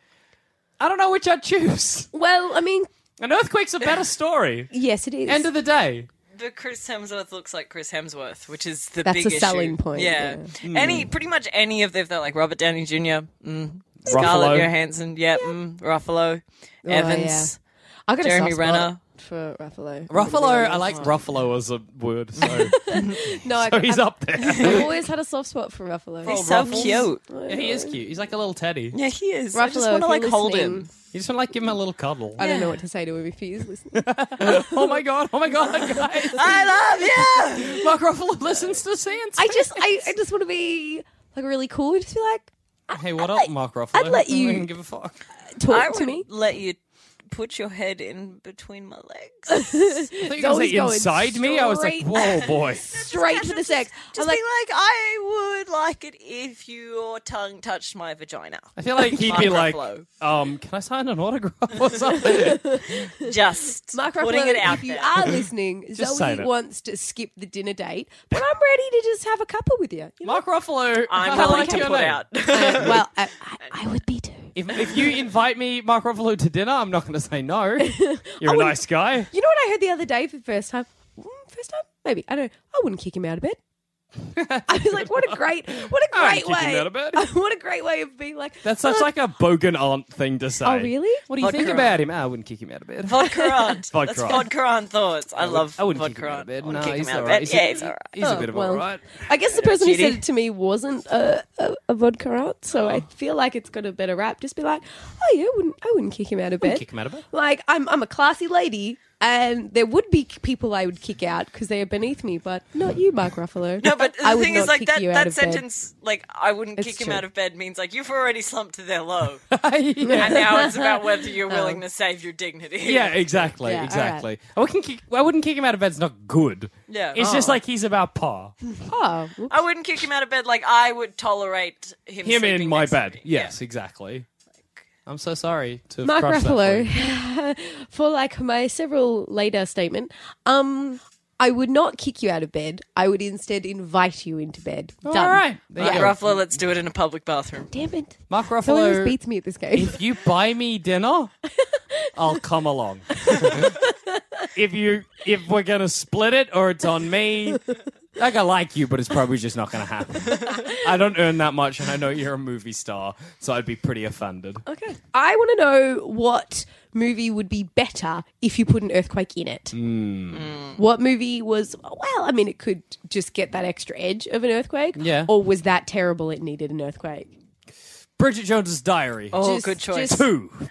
[SPEAKER 3] I don't know which I'd choose.
[SPEAKER 5] well, I mean,
[SPEAKER 3] An earthquake's a better story.
[SPEAKER 5] yes, it is.
[SPEAKER 3] End of the day.
[SPEAKER 6] But Chris Hemsworth looks like Chris Hemsworth, which is the
[SPEAKER 5] That's
[SPEAKER 6] big
[SPEAKER 5] a
[SPEAKER 6] issue.
[SPEAKER 5] selling point,
[SPEAKER 6] Yeah,
[SPEAKER 5] yeah.
[SPEAKER 6] any pretty much any of them, though, like Robert Downey Jr., mm,
[SPEAKER 3] Ruffalo.
[SPEAKER 6] Scarlett Johansson, yeah, Mm,
[SPEAKER 5] Oh,
[SPEAKER 6] Ruffalo, Evans,
[SPEAKER 5] I got a
[SPEAKER 6] Jeremy
[SPEAKER 5] soft spot
[SPEAKER 6] Renner.
[SPEAKER 5] for Ruffalo.
[SPEAKER 3] Ruffalo, I like Ruffalo as a word, so,
[SPEAKER 5] No, I,
[SPEAKER 3] so he's
[SPEAKER 5] I've,
[SPEAKER 3] up there.
[SPEAKER 5] I've always had a soft spot for Ruffalo.
[SPEAKER 6] He's so cute.
[SPEAKER 3] Yeah, he is cute. He's like a little teddy.
[SPEAKER 6] Yeah, he is. I just
[SPEAKER 5] Ruffalo,
[SPEAKER 6] want to
[SPEAKER 5] if
[SPEAKER 6] like
[SPEAKER 5] you're
[SPEAKER 6] hold
[SPEAKER 5] listening-
[SPEAKER 6] him.
[SPEAKER 3] You just want to like give him a little cuddle.
[SPEAKER 5] I don't know what to say to him if he is listening.
[SPEAKER 3] oh my god! Oh my god, guys!
[SPEAKER 6] I love you.
[SPEAKER 3] Mark Ruffalo listens to Sans.
[SPEAKER 5] I just, I, I just want to be like really cool and just be like,
[SPEAKER 3] Hey, what up,
[SPEAKER 5] let-
[SPEAKER 3] Mark Ruffalo?
[SPEAKER 5] I'd let
[SPEAKER 3] I don't
[SPEAKER 5] you-
[SPEAKER 3] even give a fuck.
[SPEAKER 5] talk
[SPEAKER 6] I
[SPEAKER 5] to
[SPEAKER 6] would
[SPEAKER 5] me.
[SPEAKER 6] let you put your head in between my legs.
[SPEAKER 3] I thought you were
[SPEAKER 5] Zoe's
[SPEAKER 3] gonna say
[SPEAKER 5] going
[SPEAKER 3] inside me. I was like,
[SPEAKER 5] straight-
[SPEAKER 3] whoa, boy.
[SPEAKER 5] Straight for the sex.
[SPEAKER 6] Just
[SPEAKER 5] I'm like,
[SPEAKER 6] be like, I would like it if your tongue touched my vagina.
[SPEAKER 3] I feel like he'd be like,
[SPEAKER 6] Mark Ruffalo.
[SPEAKER 3] um, can I sign an autograph or something?
[SPEAKER 6] Just
[SPEAKER 5] Mark
[SPEAKER 6] putting
[SPEAKER 5] Ruffalo,
[SPEAKER 6] it out
[SPEAKER 5] if you
[SPEAKER 6] there.
[SPEAKER 5] are listening,
[SPEAKER 3] Just
[SPEAKER 5] Zoe
[SPEAKER 3] sign it.
[SPEAKER 5] wants to skip the dinner date, but I'm ready to just have a couple with you. you know?
[SPEAKER 3] Mark Ruffalo,
[SPEAKER 6] I'm
[SPEAKER 3] I
[SPEAKER 6] willing
[SPEAKER 3] like
[SPEAKER 6] to
[SPEAKER 3] your
[SPEAKER 6] put
[SPEAKER 3] name.
[SPEAKER 6] out.
[SPEAKER 5] Uh, well, I, I, I would be too.
[SPEAKER 3] If, if you invite me, Mark Ruffalo, to dinner, I'm not going to say no. You're a
[SPEAKER 5] wouldn't-
[SPEAKER 3] nice guy.
[SPEAKER 5] You know what I heard the other day for the first time? Mm, First time? Maybe. I don't know. I wouldn't kick him out of bed. I was like, what a great, what a
[SPEAKER 3] I wouldn't
[SPEAKER 5] great way.
[SPEAKER 3] kick him out of bed.
[SPEAKER 5] what a great way of being like,
[SPEAKER 3] That's such like a bogan aunt thing to say.
[SPEAKER 5] oh, really?
[SPEAKER 3] What do you think
[SPEAKER 6] Vodka.
[SPEAKER 3] about him? Ah, I wouldn't kick him out of bed.
[SPEAKER 6] Vodka Aunt.
[SPEAKER 3] Vodka
[SPEAKER 6] That's
[SPEAKER 3] Aunt.
[SPEAKER 6] Vodka Aunt thoughts. I, love
[SPEAKER 3] I wouldn't
[SPEAKER 6] Vodka
[SPEAKER 3] kick him out
[SPEAKER 6] Aunt.
[SPEAKER 3] of bed.
[SPEAKER 6] I wouldn't
[SPEAKER 3] No,
[SPEAKER 6] kick him
[SPEAKER 3] he's
[SPEAKER 6] out of
[SPEAKER 3] alright.
[SPEAKER 6] bed.
[SPEAKER 3] He's a-
[SPEAKER 6] Yeah, he's all right. Oh,
[SPEAKER 3] He's a bit of
[SPEAKER 5] well.
[SPEAKER 3] all right.
[SPEAKER 5] I guess the person who
[SPEAKER 6] Judy.
[SPEAKER 5] said it to me wasn't a, a, a vodka aunt, so
[SPEAKER 3] Oh.
[SPEAKER 5] I feel like it's got a better rap. Just be like, oh, yeah, I wouldn't, I wouldn't kick him out of bed.
[SPEAKER 3] Kick him out of bed.
[SPEAKER 5] Like, I'm, I'm a classy lady. And there would be c- people I would kick out because they are beneath me, but not you, Mark Ruffalo.
[SPEAKER 6] No, but
[SPEAKER 5] I
[SPEAKER 6] the
[SPEAKER 5] would
[SPEAKER 6] thing is,
[SPEAKER 5] not
[SPEAKER 6] like
[SPEAKER 5] kick
[SPEAKER 6] that,
[SPEAKER 5] you out
[SPEAKER 6] that
[SPEAKER 5] of bed.
[SPEAKER 6] sentence, like I wouldn't
[SPEAKER 5] It's
[SPEAKER 6] kick him
[SPEAKER 5] true.
[SPEAKER 6] out of bed, means like you've already slumped to their low,
[SPEAKER 3] yeah.
[SPEAKER 6] and now it's about whether
[SPEAKER 5] Oh.
[SPEAKER 6] you're willing to save your dignity.
[SPEAKER 3] Yeah, exactly,
[SPEAKER 5] Yeah, all
[SPEAKER 3] exactly. I wouldn't kick. I wouldn't kick him out of bed. It's not good.
[SPEAKER 6] Yeah. Oh.
[SPEAKER 3] it's just like he's about par.
[SPEAKER 5] Oh, whoops.
[SPEAKER 6] I wouldn't kick him out of bed. Like I would tolerate him.
[SPEAKER 3] Him
[SPEAKER 6] sleeping
[SPEAKER 3] in my
[SPEAKER 6] next to
[SPEAKER 3] bed.
[SPEAKER 6] me.
[SPEAKER 3] Yes, exactly. I'm so sorry to have
[SPEAKER 5] Mark
[SPEAKER 3] crushed that for
[SPEAKER 5] Ruffalo,
[SPEAKER 3] you.
[SPEAKER 5] for like my several later statement, um, I would not kick you out of bed. I would instead invite you into bed. Done.
[SPEAKER 3] All right, there you
[SPEAKER 6] Mark
[SPEAKER 3] go.
[SPEAKER 6] Ruffalo, let's do it in a public bathroom.
[SPEAKER 5] Damn it.
[SPEAKER 3] Mark
[SPEAKER 5] Someone always
[SPEAKER 3] Ruffalo,
[SPEAKER 5] beats me at this game.
[SPEAKER 3] if you buy me dinner, I'll come along. if you, if we're gonna split it or it's on me, like I like you, but it's probably just not gonna happen. I don't earn that much, and I know you're a movie star, so I'd be pretty offended.
[SPEAKER 5] Okay. I want to know what movie would be better if you put an earthquake in it? What movie was, well, I mean, it could just get that extra edge of an earthquake.
[SPEAKER 11] Yeah.
[SPEAKER 5] Or was that terrible? It needed an earthquake.
[SPEAKER 3] Bridget Jones's Diary.
[SPEAKER 5] Oh, Just- good choice. just-
[SPEAKER 3] Two.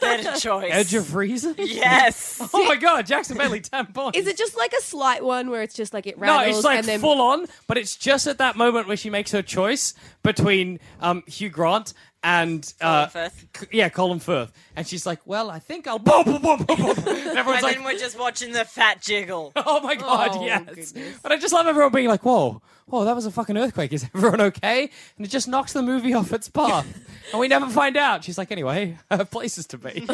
[SPEAKER 6] Better choice.
[SPEAKER 3] Edge of Reason.
[SPEAKER 6] Yes.
[SPEAKER 3] oh my God, Jackson Bailey tampon.
[SPEAKER 5] Is it just like a slight one where it's just like it
[SPEAKER 3] No,
[SPEAKER 5] rattles
[SPEAKER 3] it's like
[SPEAKER 5] and then
[SPEAKER 3] full on, but it's just at that moment where she makes her choice between um, Hugh Grant and uh, C- yeah, Colin Firth, and she's like, "Well, I think I'll." Boom, boom, boom, boom, boom. And everyone's
[SPEAKER 6] and
[SPEAKER 3] like,
[SPEAKER 6] then we're just watching the fat jiggle.
[SPEAKER 3] Oh my God, yes. But I just love everyone being like, "Whoa, whoa, that was a fucking earthquake. Is everyone okay?" And it just knocks the movie off its path, and we never find out. She's like, "Anyway, I have places to be."
[SPEAKER 6] Goodbye.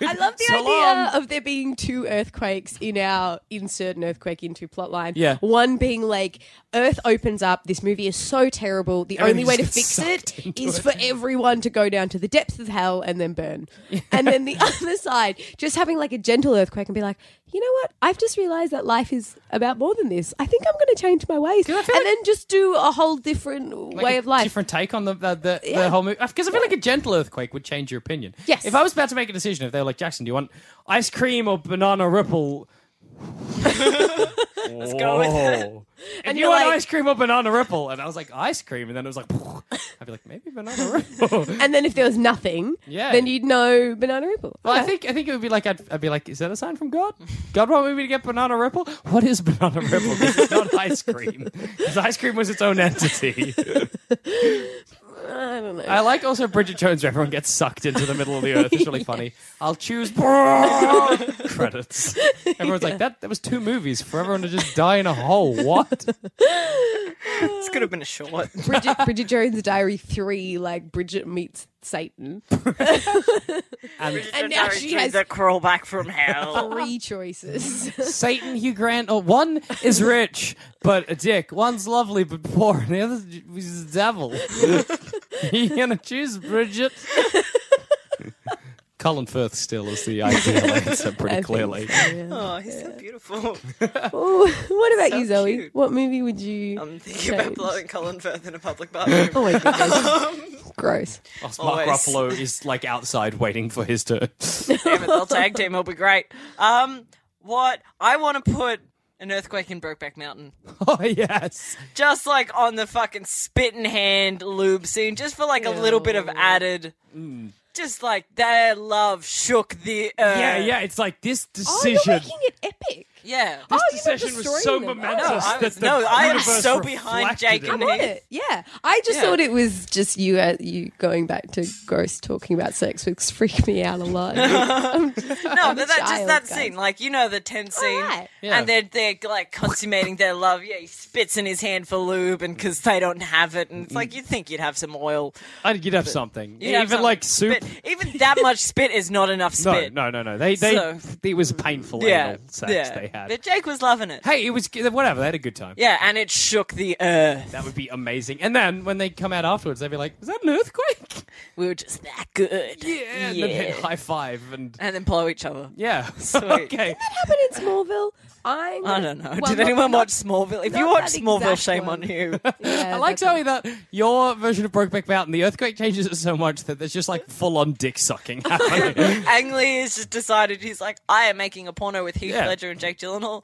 [SPEAKER 5] I love the
[SPEAKER 3] So
[SPEAKER 5] idea of there being two earthquakes in our insert an earthquake into plotline.
[SPEAKER 3] Yeah.
[SPEAKER 5] One being like Earth opens up. This movie is so terrible. The
[SPEAKER 3] Everyone
[SPEAKER 5] only way to
[SPEAKER 3] just
[SPEAKER 5] fix
[SPEAKER 3] gets sucked
[SPEAKER 5] it
[SPEAKER 3] into
[SPEAKER 5] is
[SPEAKER 3] it.
[SPEAKER 5] for everyone to go down to the depths of hell and then burn. and then the other side, just having like a gentle earthquake and be like, you know what? I've just realized that life is about more than this. I think I'm going to change my ways and then just do a whole different
[SPEAKER 3] Like
[SPEAKER 5] way
[SPEAKER 3] a
[SPEAKER 5] of life.
[SPEAKER 3] different take on the the, the, the
[SPEAKER 5] Yeah.
[SPEAKER 3] whole movie. Because I feel like a gentle earthquake would change your opinion.
[SPEAKER 5] Yes.
[SPEAKER 3] If I was about to make a decision, if they were like, "Jackson, do you want ice cream or banana ripple?" Let's
[SPEAKER 6] go with it.
[SPEAKER 3] And
[SPEAKER 6] And
[SPEAKER 3] you
[SPEAKER 6] you're
[SPEAKER 3] want
[SPEAKER 6] like-
[SPEAKER 3] ice cream or banana ripple? And I was like, ice cream. And then it was like, I'd be like, maybe banana ripple.
[SPEAKER 5] and then if there was nothing,
[SPEAKER 3] Yeah.
[SPEAKER 5] then you'd know banana ripple.
[SPEAKER 3] Well, I
[SPEAKER 5] Okay.
[SPEAKER 3] think I think it would be like I'd, I'd be like, is that a sign from God? God wanted me to get banana ripple. What is banana ripple? 'Cause It's not ice cream. 'Cause ice cream was its own entity.
[SPEAKER 5] I don't know.
[SPEAKER 3] I like also Bridget Jones. Where everyone gets sucked into the middle of the earth. It's really funny. I'll choose credits. Everyone's like that. That was two movies for everyone to just die in a hole. What?
[SPEAKER 6] this could have been a short.
[SPEAKER 5] Bridget, Bridget Jones' Diary 3, like Bridget meets Satan.
[SPEAKER 6] and
[SPEAKER 5] now she has-
[SPEAKER 6] a crawl back from hell.
[SPEAKER 5] Three choices.
[SPEAKER 3] Satan, Hugh Grant. Oh, one is rich but a dick. One's lovely but poor, and the other is the devil. you gonna choose Bridget? Colin Firth still is the ideal answer,
[SPEAKER 5] I
[SPEAKER 3] pretty
[SPEAKER 5] think
[SPEAKER 3] clearly.
[SPEAKER 5] so, yeah.
[SPEAKER 6] Oh, he's so beautiful.
[SPEAKER 5] Ooh, what about
[SPEAKER 6] So
[SPEAKER 5] you, Zoe?
[SPEAKER 6] cute. Um,
[SPEAKER 5] What movie would you?
[SPEAKER 6] I'm thinking about
[SPEAKER 5] change?
[SPEAKER 6] blowing Colin Firth in a public bathroom.
[SPEAKER 5] Oh my
[SPEAKER 6] goodness.
[SPEAKER 5] Gross.
[SPEAKER 3] Whilst Mark
[SPEAKER 6] Always.
[SPEAKER 3] Ruffalo is like outside waiting for his turn.
[SPEAKER 6] Damn it, they'll tag team. It'll be great. Um, what I want to put an earthquake in Brokeback Mountain,
[SPEAKER 3] oh yes,
[SPEAKER 6] just like on the fucking spit in hand lube scene, just for like a little bit of added.
[SPEAKER 3] Mm.
[SPEAKER 6] Just like their love shook the earth.
[SPEAKER 3] yeah, yeah. It's like this
[SPEAKER 5] Oh, you're
[SPEAKER 3] decision.
[SPEAKER 5] making it epic.
[SPEAKER 6] yeah.
[SPEAKER 3] this
[SPEAKER 5] oh, you're not
[SPEAKER 3] decision was
[SPEAKER 5] destroying
[SPEAKER 3] so
[SPEAKER 5] them.
[SPEAKER 3] momentous
[SPEAKER 6] No, I
[SPEAKER 3] that
[SPEAKER 6] was-
[SPEAKER 3] the
[SPEAKER 6] no, I am
[SPEAKER 3] universe
[SPEAKER 6] so behind
[SPEAKER 3] reflected
[SPEAKER 6] Jake and
[SPEAKER 3] it.
[SPEAKER 5] I'm on it. Yeah, I just
[SPEAKER 6] Yeah.
[SPEAKER 5] thought it was just you. Uh, you going back to gross talking about sex, which freaked me out a lot. I'm just-
[SPEAKER 6] No,
[SPEAKER 5] I'm a
[SPEAKER 6] but that, just
[SPEAKER 5] child,
[SPEAKER 6] that
[SPEAKER 5] guys.
[SPEAKER 6] scene, like you know the tense scene,
[SPEAKER 5] right.
[SPEAKER 3] Yeah.
[SPEAKER 6] and they're they're like consummating their love. Yeah, he spits in his hand for lube, and because they don't have it, and it's like you'd think you'd have some oil.
[SPEAKER 3] I, you'd have something,
[SPEAKER 6] You'd
[SPEAKER 3] even
[SPEAKER 6] have some
[SPEAKER 3] like soup.
[SPEAKER 6] spit. Even that much spit is not enough spit.
[SPEAKER 3] No, no, no, no. They they
[SPEAKER 6] So-
[SPEAKER 3] it was painful
[SPEAKER 6] yeah,
[SPEAKER 3] anal sex
[SPEAKER 6] yeah.
[SPEAKER 3] they had.
[SPEAKER 6] But Jake was loving it.
[SPEAKER 3] hey, it was whatever. They had a good time.
[SPEAKER 6] Yeah, and it shook the earth.
[SPEAKER 3] That would be amazing. And then when they come out afterwards, they'd be like, "Was that an earthquake?"
[SPEAKER 6] We were just that good.
[SPEAKER 3] Yeah, and then hit high five and
[SPEAKER 6] And then blow each other.
[SPEAKER 3] yeah.
[SPEAKER 6] Sweet.
[SPEAKER 3] okay.
[SPEAKER 5] That happened in Smallville. I'm
[SPEAKER 6] I don't know.
[SPEAKER 5] Well,
[SPEAKER 6] Did
[SPEAKER 5] not-
[SPEAKER 6] anyone
[SPEAKER 5] not-
[SPEAKER 6] watch Smallville? If you
[SPEAKER 5] not
[SPEAKER 6] watch
[SPEAKER 5] that
[SPEAKER 6] Smallville,
[SPEAKER 5] exact
[SPEAKER 6] shame
[SPEAKER 5] one.
[SPEAKER 6] on you.
[SPEAKER 5] Yeah,
[SPEAKER 3] I like
[SPEAKER 5] that's a-
[SPEAKER 3] Zoe that your version of Brokeback Mountain, the earthquake changes it so much that there's just like full on dick sucking happening.
[SPEAKER 6] Ang Lee has just decided he's like, I am making a porno with Heath
[SPEAKER 3] Yeah.
[SPEAKER 6] Ledger and Jake Gyllenhaal.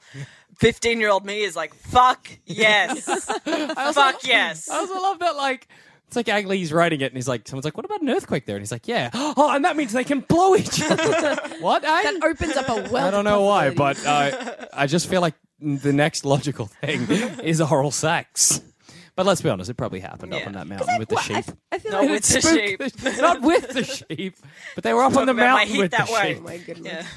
[SPEAKER 6] Fifteen year old me is like, fuck yes, fuck yes.
[SPEAKER 5] "Oh,
[SPEAKER 3] I also love that like it's like Ang Lee's writing it and he's like, someone's like, what about an earthquake there? And he's like, yeah. Oh, and that means they can blow each other. what? I,
[SPEAKER 5] That opens up a world.
[SPEAKER 3] I
[SPEAKER 5] of
[SPEAKER 3] don't know why,
[SPEAKER 5] possibilities.
[SPEAKER 3] but uh, I just feel like the next logical thing is oral sex. But let's be honest, it probably happened up
[SPEAKER 6] Yeah.
[SPEAKER 3] on that mountain with the
[SPEAKER 5] Well, I,
[SPEAKER 3] sheep.
[SPEAKER 5] I feel
[SPEAKER 6] No,
[SPEAKER 5] like
[SPEAKER 6] with the
[SPEAKER 3] Spooked
[SPEAKER 6] sheep.
[SPEAKER 3] the- Not with the sheep, but they were up on the
[SPEAKER 6] Talking about my
[SPEAKER 3] mountain
[SPEAKER 6] heat
[SPEAKER 3] with the
[SPEAKER 6] that way.
[SPEAKER 3] sheep.
[SPEAKER 5] Oh my goodness.
[SPEAKER 6] Yeah.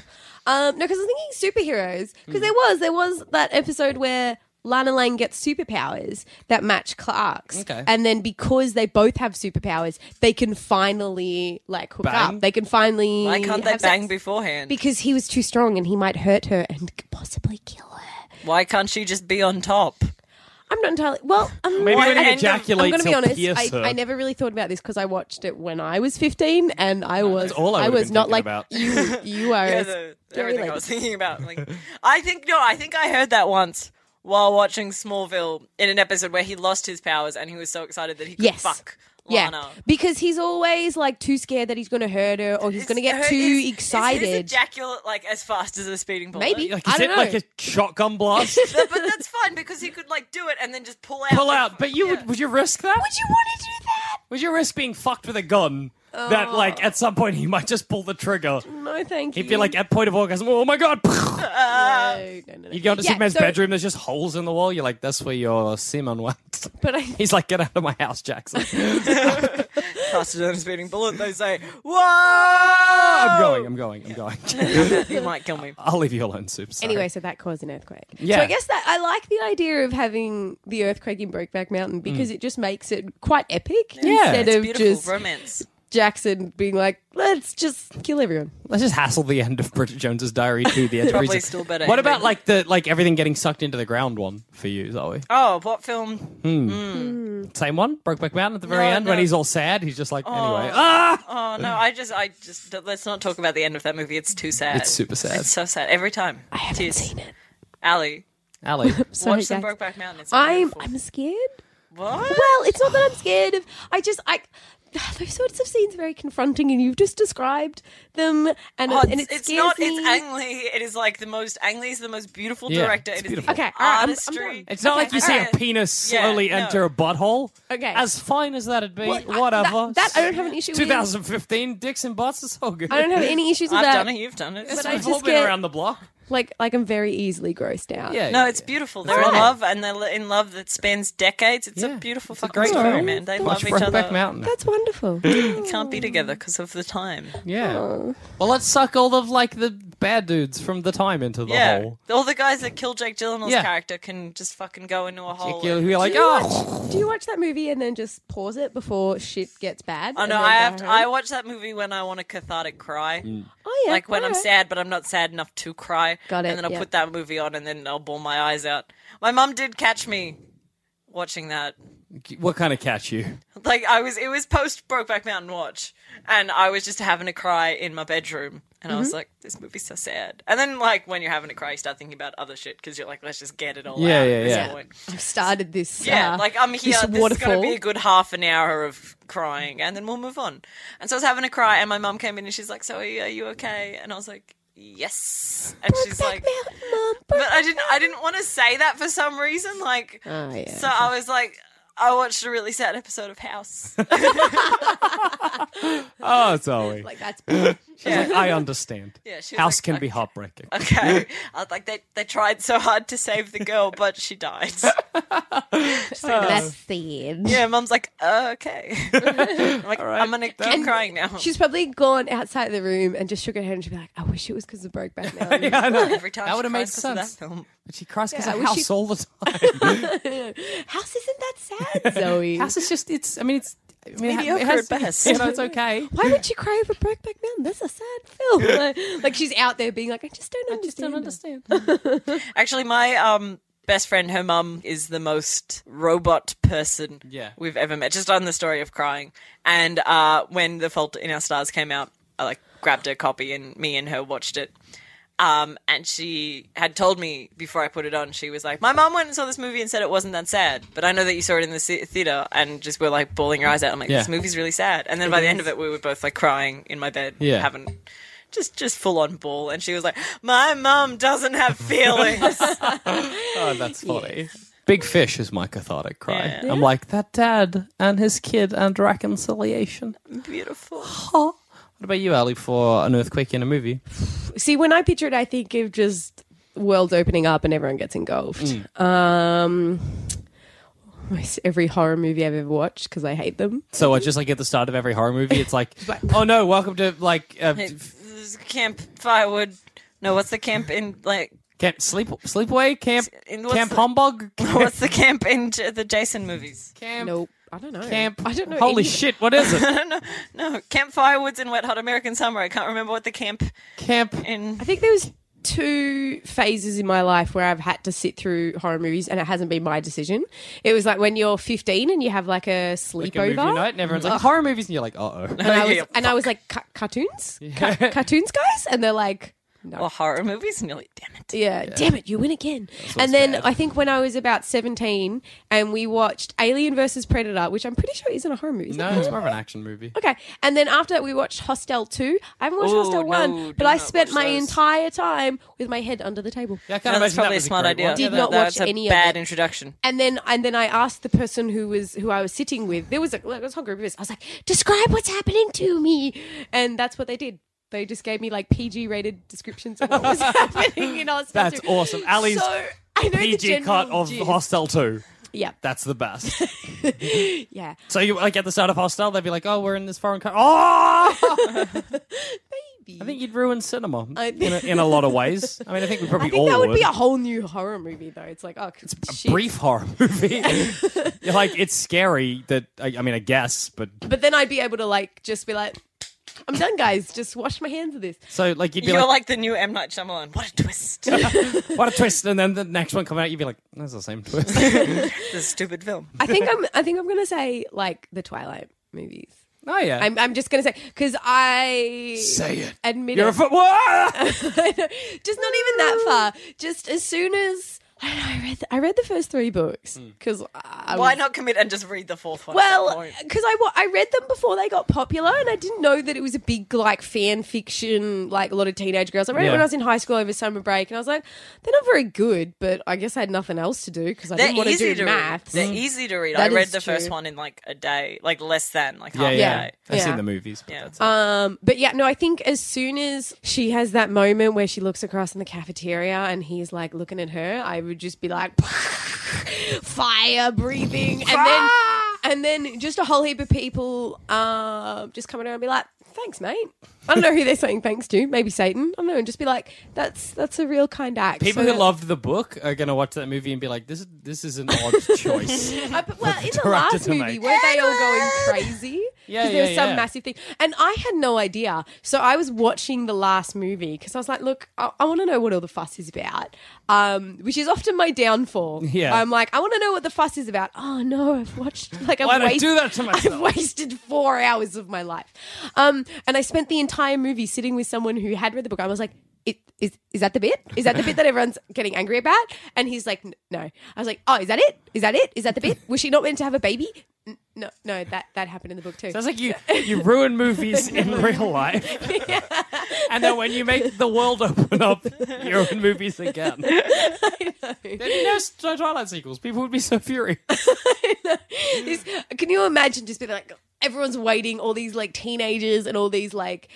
[SPEAKER 5] Um, no, because I was thinking superheroes.
[SPEAKER 3] Mm.
[SPEAKER 5] Because there was there was that episode where Lana Lane gets superpowers that match Clark's,
[SPEAKER 3] Okay.
[SPEAKER 5] and then because they both have superpowers, they can finally like hook
[SPEAKER 3] Bang?
[SPEAKER 5] up. They can finally.
[SPEAKER 6] Why can't they
[SPEAKER 5] have
[SPEAKER 6] bang
[SPEAKER 5] sex.
[SPEAKER 6] beforehand?
[SPEAKER 5] Because he was too strong, and he might hurt her and could possibly kill her.
[SPEAKER 6] Why can't she just be on top?
[SPEAKER 5] I'm not entirely well. I'm
[SPEAKER 3] Maybe
[SPEAKER 5] not-
[SPEAKER 3] when he
[SPEAKER 5] and I'm-
[SPEAKER 3] ejaculates,
[SPEAKER 5] I'm
[SPEAKER 3] he'll
[SPEAKER 5] going to be
[SPEAKER 3] pierce
[SPEAKER 5] honest.
[SPEAKER 3] her.
[SPEAKER 5] I, I never really thought about this because I watched it when I was 15, and I was
[SPEAKER 3] all I would've
[SPEAKER 5] was
[SPEAKER 3] been
[SPEAKER 5] not
[SPEAKER 3] thinking
[SPEAKER 5] like
[SPEAKER 3] about.
[SPEAKER 5] you. You are
[SPEAKER 6] Yeah,
[SPEAKER 5] a
[SPEAKER 6] the,
[SPEAKER 5] scary
[SPEAKER 6] everything I
[SPEAKER 5] lady.
[SPEAKER 6] was thinking about. Like, I think no, I think I heard that once while watching Smallville in an episode where he lost his powers and he was so excited that he could
[SPEAKER 5] Yes.
[SPEAKER 6] fuck
[SPEAKER 5] yeah, because he's always like too scared that he's going to hurt her or he's going to get
[SPEAKER 6] Her-
[SPEAKER 5] too
[SPEAKER 6] is- is-
[SPEAKER 5] excited.
[SPEAKER 6] Is, ejaculate like as fast as a speeding bullet?
[SPEAKER 5] Maybe.
[SPEAKER 3] Like, is it like a shotgun blast?
[SPEAKER 6] but, but that's fine because he could like do it and then just pull out.
[SPEAKER 3] Pull out, but you would would you risk that? Would
[SPEAKER 6] Oh. you want to do that?
[SPEAKER 3] Would you risk being fucked with a gun? That
[SPEAKER 5] Oh.
[SPEAKER 3] like at some point he might just pull the trigger.
[SPEAKER 5] no, thank you.
[SPEAKER 3] He'd be like at point of orgasm. Oh my god!
[SPEAKER 6] Uh,
[SPEAKER 5] No, no, no, no.
[SPEAKER 3] You go into
[SPEAKER 5] Yeah,
[SPEAKER 3] Superman's
[SPEAKER 5] so-
[SPEAKER 3] bedroom. There's just holes in the wall. You're like, that's where your semen went.
[SPEAKER 5] But I-
[SPEAKER 3] he's like, get out of my house, Jackson.
[SPEAKER 6] Faster than a speeding bullet. They say, "Whoa!"
[SPEAKER 3] I'm going. I'm going. I'm going.
[SPEAKER 6] you might kill me.
[SPEAKER 3] I'll leave you alone, Super. sorry.
[SPEAKER 5] Anyway, so that caused an earthquake.
[SPEAKER 3] Yeah.
[SPEAKER 5] So I guess that I like the idea of having the earthquake in Brokeback Mountain because
[SPEAKER 3] Mm.
[SPEAKER 5] it just makes it quite epic
[SPEAKER 3] Yeah.
[SPEAKER 5] instead
[SPEAKER 3] It's
[SPEAKER 5] of
[SPEAKER 6] beautiful
[SPEAKER 5] just
[SPEAKER 6] romance.
[SPEAKER 5] Jackson being like, "Let's just kill everyone."
[SPEAKER 3] Let's just hassle the end of Bridget Jones's Diary to the end. of
[SPEAKER 6] Probably
[SPEAKER 3] Bridget-
[SPEAKER 6] still better
[SPEAKER 3] What about
[SPEAKER 6] ending.
[SPEAKER 3] like the like everything getting sucked into the ground one for you, Zoe?
[SPEAKER 6] Oh, what film?
[SPEAKER 3] Hmm.
[SPEAKER 6] Hmm.
[SPEAKER 3] Same one, Brokeback Mountain at the very
[SPEAKER 6] No,
[SPEAKER 3] end when
[SPEAKER 6] no. Oh.
[SPEAKER 3] he's all sad. He's just like, anyway, ah!
[SPEAKER 6] Ah! Oh no! I just, I just. Let's not talk about the end of that movie. It's too sad.
[SPEAKER 3] It's super sad.
[SPEAKER 6] It's so sad every time. I haven't seen it. Ali,
[SPEAKER 3] Allie.
[SPEAKER 5] Sorry,
[SPEAKER 6] watch some
[SPEAKER 5] guys.
[SPEAKER 6] Brokeback Mountain. It's
[SPEAKER 5] I'm
[SPEAKER 6] beautiful.
[SPEAKER 5] I'm scared.
[SPEAKER 6] What?
[SPEAKER 5] Well, it's not that I'm scared of. I just I. Those sorts of scenes are very confronting, and you've just described them, and,
[SPEAKER 6] Oh,
[SPEAKER 5] it, and it
[SPEAKER 6] it's, it's
[SPEAKER 5] scares
[SPEAKER 6] not.
[SPEAKER 5] me.
[SPEAKER 6] It's Ang Lee. It is like the most. Ang Lee's the most beautiful
[SPEAKER 3] Yeah,
[SPEAKER 6] director.
[SPEAKER 3] it's
[SPEAKER 6] It is
[SPEAKER 3] beautiful.
[SPEAKER 6] the
[SPEAKER 5] Okay, all right, I'm- I'm
[SPEAKER 6] artistry.
[SPEAKER 5] done.
[SPEAKER 3] It's not like you see a penis
[SPEAKER 6] Yeah,
[SPEAKER 3] slowly
[SPEAKER 6] no.
[SPEAKER 3] enter a butthole.
[SPEAKER 5] Okay.
[SPEAKER 3] As fine as that'd be,
[SPEAKER 5] Well, I-
[SPEAKER 3] whatever.
[SPEAKER 5] that- that I don't have an issue with.
[SPEAKER 3] 2015, dicks and butts is so good.
[SPEAKER 5] I don't have any issues with
[SPEAKER 6] I've
[SPEAKER 5] that.
[SPEAKER 6] done it. You've done it.
[SPEAKER 5] But I
[SPEAKER 3] We've
[SPEAKER 5] just
[SPEAKER 3] all been
[SPEAKER 5] get-
[SPEAKER 3] around the block.
[SPEAKER 5] Like like I'm very easily grossed out.
[SPEAKER 3] Yeah,
[SPEAKER 6] No, it's beautiful. They're in
[SPEAKER 5] Alright.
[SPEAKER 6] love, and they're in love that spans decades. It's a beautiful fucking
[SPEAKER 3] great
[SPEAKER 6] story,
[SPEAKER 3] film.
[SPEAKER 6] man. They
[SPEAKER 3] Watch
[SPEAKER 6] love each
[SPEAKER 3] Brokeback
[SPEAKER 6] other.
[SPEAKER 3] Mountain.
[SPEAKER 5] That's wonderful.
[SPEAKER 6] They can't be together because of the time.
[SPEAKER 3] Yeah. Well, let's suck all of like the bad dudes from the time into the
[SPEAKER 6] yeah,
[SPEAKER 3] hole.
[SPEAKER 6] all the guys that kill Jake Gyllenhaal's
[SPEAKER 3] Yeah.
[SPEAKER 6] character can just fucking go into a hole.
[SPEAKER 3] You'll
[SPEAKER 6] and-
[SPEAKER 3] be like,
[SPEAKER 5] Do you
[SPEAKER 3] oh,
[SPEAKER 5] watch- do you watch that movie and then just pause it before shit gets bad?
[SPEAKER 6] Oh
[SPEAKER 5] and
[SPEAKER 6] no,
[SPEAKER 5] then
[SPEAKER 6] I
[SPEAKER 5] go
[SPEAKER 6] have. To,
[SPEAKER 5] home?
[SPEAKER 6] I watch that movie when I want a cathartic cry.
[SPEAKER 3] Mm.
[SPEAKER 5] Oh yeah,
[SPEAKER 6] like when I'm
[SPEAKER 5] alright.
[SPEAKER 6] sad, but I'm not sad enough to cry.
[SPEAKER 5] Got it,
[SPEAKER 6] And then I'll
[SPEAKER 5] yeah.
[SPEAKER 6] put that movie on, and then I'll bawl my eyes out. My mum did catch me watching that.
[SPEAKER 3] what kind of catch you?
[SPEAKER 6] Like I was, it was post Brokeback Mountain watch, and I was just having a cry in my bedroom, and I was
[SPEAKER 5] Mm-hmm.
[SPEAKER 3] Mhm.
[SPEAKER 6] like, "This movie's so sad." And then, like when you're having a cry, you start thinking about other shit because you're like, "Let's just get it all
[SPEAKER 3] Yeah,
[SPEAKER 6] out."
[SPEAKER 3] yeah,
[SPEAKER 6] at this
[SPEAKER 3] yeah.
[SPEAKER 6] point.
[SPEAKER 5] I've started this.
[SPEAKER 6] Yeah,
[SPEAKER 5] uh,
[SPEAKER 6] like I'm here.
[SPEAKER 5] This,
[SPEAKER 6] This, is
[SPEAKER 5] waterfall.
[SPEAKER 6] going to be a good half an hour of crying, and then we'll move on. And so I was having a cry, and my mum came in, and she's like, "So are you, are you okay?" And I was like, "Yes." And she's like, "But I didn't. I didn't want to say that for some reason. Like,
[SPEAKER 5] Oh, yeah.
[SPEAKER 6] so I was like." I watched a really sad episode of House.
[SPEAKER 3] Oh, Zoe.
[SPEAKER 6] Like, that's-
[SPEAKER 3] She's
[SPEAKER 6] Yeah.
[SPEAKER 3] like, I understand.
[SPEAKER 6] Yeah, she was
[SPEAKER 3] House
[SPEAKER 6] like,
[SPEAKER 3] can be heartbreaking.
[SPEAKER 6] Okay. I was like, they, they tried so hard to save the girl, but she died. She's like,
[SPEAKER 5] That's
[SPEAKER 6] "That's-
[SPEAKER 5] sad.
[SPEAKER 6] Yeah, mum's like, uh, okay. I'm like, I'm going to keep
[SPEAKER 5] And
[SPEAKER 6] crying now.
[SPEAKER 5] She's probably gone outside the room and just shook her head and she'd be like, "I wish it was because of Brokeback Mountain."
[SPEAKER 3] Yeah, I know.
[SPEAKER 6] Every time
[SPEAKER 3] that
[SPEAKER 6] she
[SPEAKER 3] would have made
[SPEAKER 6] cries 'cause of that
[SPEAKER 3] sense.
[SPEAKER 6] film.
[SPEAKER 3] But she cries because
[SPEAKER 5] Yeah,
[SPEAKER 3] of
[SPEAKER 5] I wish
[SPEAKER 3] house
[SPEAKER 5] she-
[SPEAKER 3] all the time.
[SPEAKER 5] House isn't that sad, Zoe.
[SPEAKER 3] House is just it's. I mean, it's. I mean, it ha-
[SPEAKER 5] Mediocre
[SPEAKER 3] it has,
[SPEAKER 5] at best.
[SPEAKER 3] You know, it's okay.
[SPEAKER 5] Why would she cry over Brokeback Mountain? That's a sad film. Like, like, she's out there being like, I just don't understand. I just don't understand.
[SPEAKER 6] Actually, my um best friend, her mum, is the most robot person
[SPEAKER 3] Yeah.
[SPEAKER 6] we've ever met. Just on the story of crying, and uh, when the Fault in Our Stars came out, I like grabbed her copy, and me and her watched it. Um, and she had told me before I put it on, she was like, "My mum went and saw this movie and said it wasn't that sad, but I know that you saw it in the se- theater and just were like bawling your eyes out." I'm like,
[SPEAKER 3] Yeah.
[SPEAKER 6] "This movie's really sad." And then by the end of it, we were both like crying in my bed,
[SPEAKER 3] Yeah.
[SPEAKER 6] having just just full on ball. And she was like, "My mum doesn't have feelings."
[SPEAKER 3] Oh, that's funny. Big Fish is my cathartic cry.
[SPEAKER 6] Yeah.
[SPEAKER 3] I'm like that dad and his kid and reconciliation.
[SPEAKER 6] Beautiful.
[SPEAKER 3] What about you, Ali, for an earthquake in a movie?
[SPEAKER 5] See, when I picture it, I think of just worlds opening up and everyone gets engulfed.
[SPEAKER 3] Mm.
[SPEAKER 5] Um, almost every horror movie I've ever watched because I hate them.
[SPEAKER 3] So uh, just like at the start of every horror movie, it's like, oh no, welcome to like uh,
[SPEAKER 6] Hey, this camp firewood. No, what's the camp in like?
[SPEAKER 3] camp sleep sleepaway camp
[SPEAKER 6] In, what's
[SPEAKER 3] camp
[SPEAKER 6] the-
[SPEAKER 3] humbug
[SPEAKER 6] What's the camp in J- the Jason movies?
[SPEAKER 3] camp.
[SPEAKER 5] Nope. I don't know.
[SPEAKER 3] Camp.
[SPEAKER 5] I don't know.
[SPEAKER 3] Holy
[SPEAKER 5] any of it.
[SPEAKER 3] shit! What is it?
[SPEAKER 6] no, no, Camp Firewoods in Wet Hot American Summer. I can't remember what the camp
[SPEAKER 3] camp.
[SPEAKER 6] in.
[SPEAKER 5] I think there was two phases in my life where I've had to sit through horror movies and it hasn't been my decision. It was like when you're 15 and you have like a
[SPEAKER 3] Like
[SPEAKER 5] sleepover.
[SPEAKER 3] a movie night, and everyone's like horror movies, and you're like, uh oh.
[SPEAKER 5] and I was, and I was like, "Ca- cartoons, Ca- cartoons, guys, and they're like, No.
[SPEAKER 6] Or horror movies? Nearly. Damn it.
[SPEAKER 5] Yeah.
[SPEAKER 6] Yeah.
[SPEAKER 5] damn it, you win again.
[SPEAKER 6] That's what's
[SPEAKER 5] And then
[SPEAKER 6] bad.
[SPEAKER 5] I think when I was about 17 and we watched Alien versus Predator, which I'm pretty sure isn't a horror movie. is it?
[SPEAKER 3] No, it's more of an action movie.
[SPEAKER 5] Okay, and then after that we watched Hostel 2. I haven't watched
[SPEAKER 3] Ooh,
[SPEAKER 5] Hostel
[SPEAKER 3] no,
[SPEAKER 5] 1,
[SPEAKER 3] do
[SPEAKER 5] but I
[SPEAKER 3] not
[SPEAKER 5] spent
[SPEAKER 3] watch
[SPEAKER 5] my
[SPEAKER 3] those.
[SPEAKER 5] entire time with my head under the table.
[SPEAKER 3] Yeah, I
[SPEAKER 6] No,
[SPEAKER 3] can't
[SPEAKER 6] that's
[SPEAKER 3] imagine that
[SPEAKER 6] probably a
[SPEAKER 3] was
[SPEAKER 6] smart
[SPEAKER 3] great
[SPEAKER 6] idea.
[SPEAKER 3] one.
[SPEAKER 5] Did not
[SPEAKER 6] that's
[SPEAKER 5] watch
[SPEAKER 6] a
[SPEAKER 5] any of
[SPEAKER 6] bad
[SPEAKER 5] it.
[SPEAKER 6] introduction.
[SPEAKER 5] And then and then I asked the person who was who I was sitting with. There was a like, it was a whole group of us. I was like, "Describe what's happening to me," and that's what they did. They just gave me like PG rated descriptions of what was happening in our
[SPEAKER 3] That's awesome. Ali's
[SPEAKER 5] So, I know the
[SPEAKER 3] PG cut
[SPEAKER 5] general
[SPEAKER 3] of
[SPEAKER 5] gist.
[SPEAKER 3] Hostel 2.
[SPEAKER 5] Yeah.
[SPEAKER 3] That's the best.
[SPEAKER 5] yeah.
[SPEAKER 3] So you like at the start of Hostel, they'd be like, "Oh, we're in this foreign country." Oh, baby. I think you'd ruin cinema
[SPEAKER 5] I-
[SPEAKER 3] in, a, in a lot of ways. I mean, I think we probably
[SPEAKER 5] I think
[SPEAKER 3] all
[SPEAKER 5] that would
[SPEAKER 3] would.
[SPEAKER 5] be a whole new horror movie, though. It's like, oh, it's shit.
[SPEAKER 3] brief horror movie. You're like it's scary. That I, I mean, I guess, but
[SPEAKER 5] But then I'd be able to like just be like, I'm done, guys. Just wash my hands of this.
[SPEAKER 3] so like you'd be
[SPEAKER 6] You're like,
[SPEAKER 3] like,
[SPEAKER 6] the new M Night Shyamalan. What a twist!
[SPEAKER 3] "What a twist!" And then the next one coming out, you'd be like, "That's the same twist."
[SPEAKER 6] this stupid film.
[SPEAKER 5] I think I'm. I think I'm gonna say like the Twilight movies.
[SPEAKER 3] Oh yeah.
[SPEAKER 5] I'm, I'm just gonna say because I
[SPEAKER 3] Say it.
[SPEAKER 5] Admit
[SPEAKER 3] You're
[SPEAKER 5] it.
[SPEAKER 3] a foot. Whoa!
[SPEAKER 5] I know. just not even
[SPEAKER 6] Mm.
[SPEAKER 5] that far. Just as soon as I, don't know, I read, the, I read the first three books because I
[SPEAKER 6] Why
[SPEAKER 5] was-
[SPEAKER 6] not commit and just read the fourth one? at that
[SPEAKER 5] Well,
[SPEAKER 6] point?
[SPEAKER 5] because I, wa- I read them before they got popular, and I didn't know that it was a big like fan fiction, like a lot of teenage girls. I read
[SPEAKER 6] Yeah.
[SPEAKER 5] it when I was in high school over summer break, and I was like, they're not very good, but I guess I had nothing else to do because I
[SPEAKER 6] They're
[SPEAKER 5] didn't want
[SPEAKER 6] easy
[SPEAKER 5] do
[SPEAKER 6] to
[SPEAKER 5] maths.
[SPEAKER 6] read. They're
[SPEAKER 3] Mm.
[SPEAKER 6] easy to read.
[SPEAKER 5] That
[SPEAKER 6] I read
[SPEAKER 5] is
[SPEAKER 6] the first
[SPEAKER 5] true.
[SPEAKER 6] one in like a day, like less than like
[SPEAKER 3] Yeah,
[SPEAKER 6] half
[SPEAKER 3] yeah.
[SPEAKER 6] a day.
[SPEAKER 3] I've
[SPEAKER 5] Yeah.
[SPEAKER 3] seen the movies. But
[SPEAKER 6] Yeah.
[SPEAKER 5] Um, but yeah, no, I think as soon as she has that moment where she looks across in the cafeteria and he's like looking at her, I would just be like, fire breathing, and then and then just a whole heap of people um, just coming around and be like, thanks, mate. I don't know who they're saying thanks to. Maybe Satan. I don't know, and just be like, that's that's a real kind act.
[SPEAKER 3] People
[SPEAKER 5] So
[SPEAKER 3] who
[SPEAKER 5] that-
[SPEAKER 3] loved the book are going to watch that movie and be like, "This is this is an odd choice."
[SPEAKER 5] I, but, well, in the
[SPEAKER 3] Directed
[SPEAKER 5] last
[SPEAKER 3] to
[SPEAKER 5] movie,
[SPEAKER 3] make.
[SPEAKER 5] weren't they all going crazy?
[SPEAKER 3] Yeah,
[SPEAKER 5] there was
[SPEAKER 3] yeah,
[SPEAKER 5] some
[SPEAKER 3] yeah.
[SPEAKER 5] massive thing, and I had no idea. So I was watching the last movie because I was like, "Look, I, I want to know what all the fuss is about," um, which is often my downfall.
[SPEAKER 3] Yeah.
[SPEAKER 5] I'm like, I want to know what the fuss is about. Oh no, I've watched like I've
[SPEAKER 3] Why'd I
[SPEAKER 5] wasted-
[SPEAKER 3] do that to myself?
[SPEAKER 5] I've wasted four hours of my life, um, and I spent the entire movie sitting with someone who had read the book. I was like. It, is is that the bit? Is that the bit that everyone's getting angry about? And he's like, "N- no. I was like, oh, is that it? Is that it? Is that the bit? Was she not meant to have a baby? N- No, no, that that happened in the book too.
[SPEAKER 3] Sounds like you you ruin movies in real life, and then when you make the world open up, you ruin movies again. There'd be no s- no Twilight sequels. People would be so furious.
[SPEAKER 5] This- can you imagine just being like everyone's waiting, all these like teenagers and all these like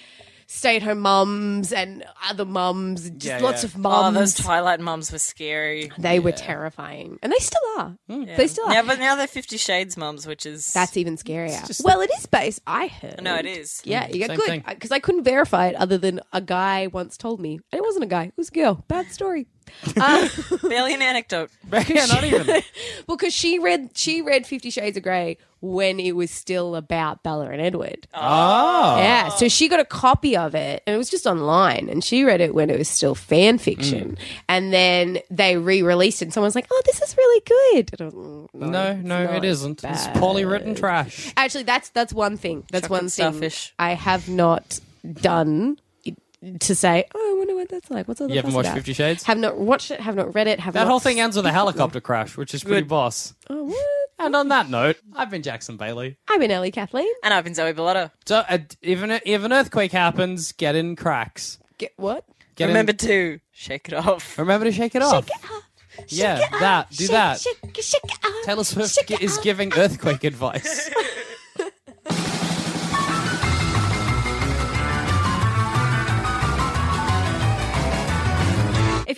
[SPEAKER 5] stay at home mums and other mums, just
[SPEAKER 6] Yeah,
[SPEAKER 5] lots
[SPEAKER 6] yeah.
[SPEAKER 5] of
[SPEAKER 6] Oh, those
[SPEAKER 5] mums.
[SPEAKER 6] Twilight mums were scary.
[SPEAKER 5] they were terrifying, and they still are.
[SPEAKER 3] Hmm.
[SPEAKER 5] They still are.
[SPEAKER 6] Yeah, but now they're Fifty Shades mums, which is
[SPEAKER 5] That's even scarier. well, it is based. I heard.
[SPEAKER 6] No, it is.
[SPEAKER 5] Yeah,
[SPEAKER 6] Mm,
[SPEAKER 5] you got
[SPEAKER 6] same
[SPEAKER 5] good
[SPEAKER 6] thing.
[SPEAKER 5] because I couldn't verify it other than a guy once told me, and it wasn't a guy; it was a girl. Bad story. Um,
[SPEAKER 6] barely an anecdote.
[SPEAKER 3] yeah, not even.
[SPEAKER 5] Well, because she read she read Fifty Shades of Grey when it was still about Bella and Edward.
[SPEAKER 3] Oh,
[SPEAKER 5] Yeah, so she got a copy of it, and it was just online, and she read it when it was still fan
[SPEAKER 3] Mm.
[SPEAKER 5] fiction, and then they re-released it. And someone's like, "Oh, this is really good." And I was, "Mm,
[SPEAKER 3] No,
[SPEAKER 5] it's
[SPEAKER 3] no,
[SPEAKER 5] not.
[SPEAKER 3] it isn't. It's poorly written trash.
[SPEAKER 5] Actually, that's that's one thing. That's
[SPEAKER 3] Chuck
[SPEAKER 5] one
[SPEAKER 3] and
[SPEAKER 5] thing
[SPEAKER 3] Starfish.
[SPEAKER 5] I have not done it- to say. Oh, I wonder what that's like. What's all the
[SPEAKER 3] You haven't
[SPEAKER 5] fuss
[SPEAKER 3] watched
[SPEAKER 5] about?"
[SPEAKER 3] Fifty Shades?
[SPEAKER 5] Have not watched it. Have not read it. Have
[SPEAKER 3] That
[SPEAKER 5] not
[SPEAKER 3] whole thing ends with a helicopter crash, which is pretty boss.
[SPEAKER 5] Oh, what?
[SPEAKER 3] And on that note, I've been Jackson Bailey.
[SPEAKER 5] I've been Ellie Kathleen.
[SPEAKER 6] And I've been Zoe Bellotta.
[SPEAKER 3] So uh, if an if an earthquake happens, get in cracks.
[SPEAKER 5] Get what?
[SPEAKER 3] Get
[SPEAKER 6] Remember
[SPEAKER 3] in-
[SPEAKER 6] to shake it off.
[SPEAKER 3] Remember to shake it off. Yeah, that. Do that. Taylor Swift gi- is giving earthquake advice.
[SPEAKER 12] If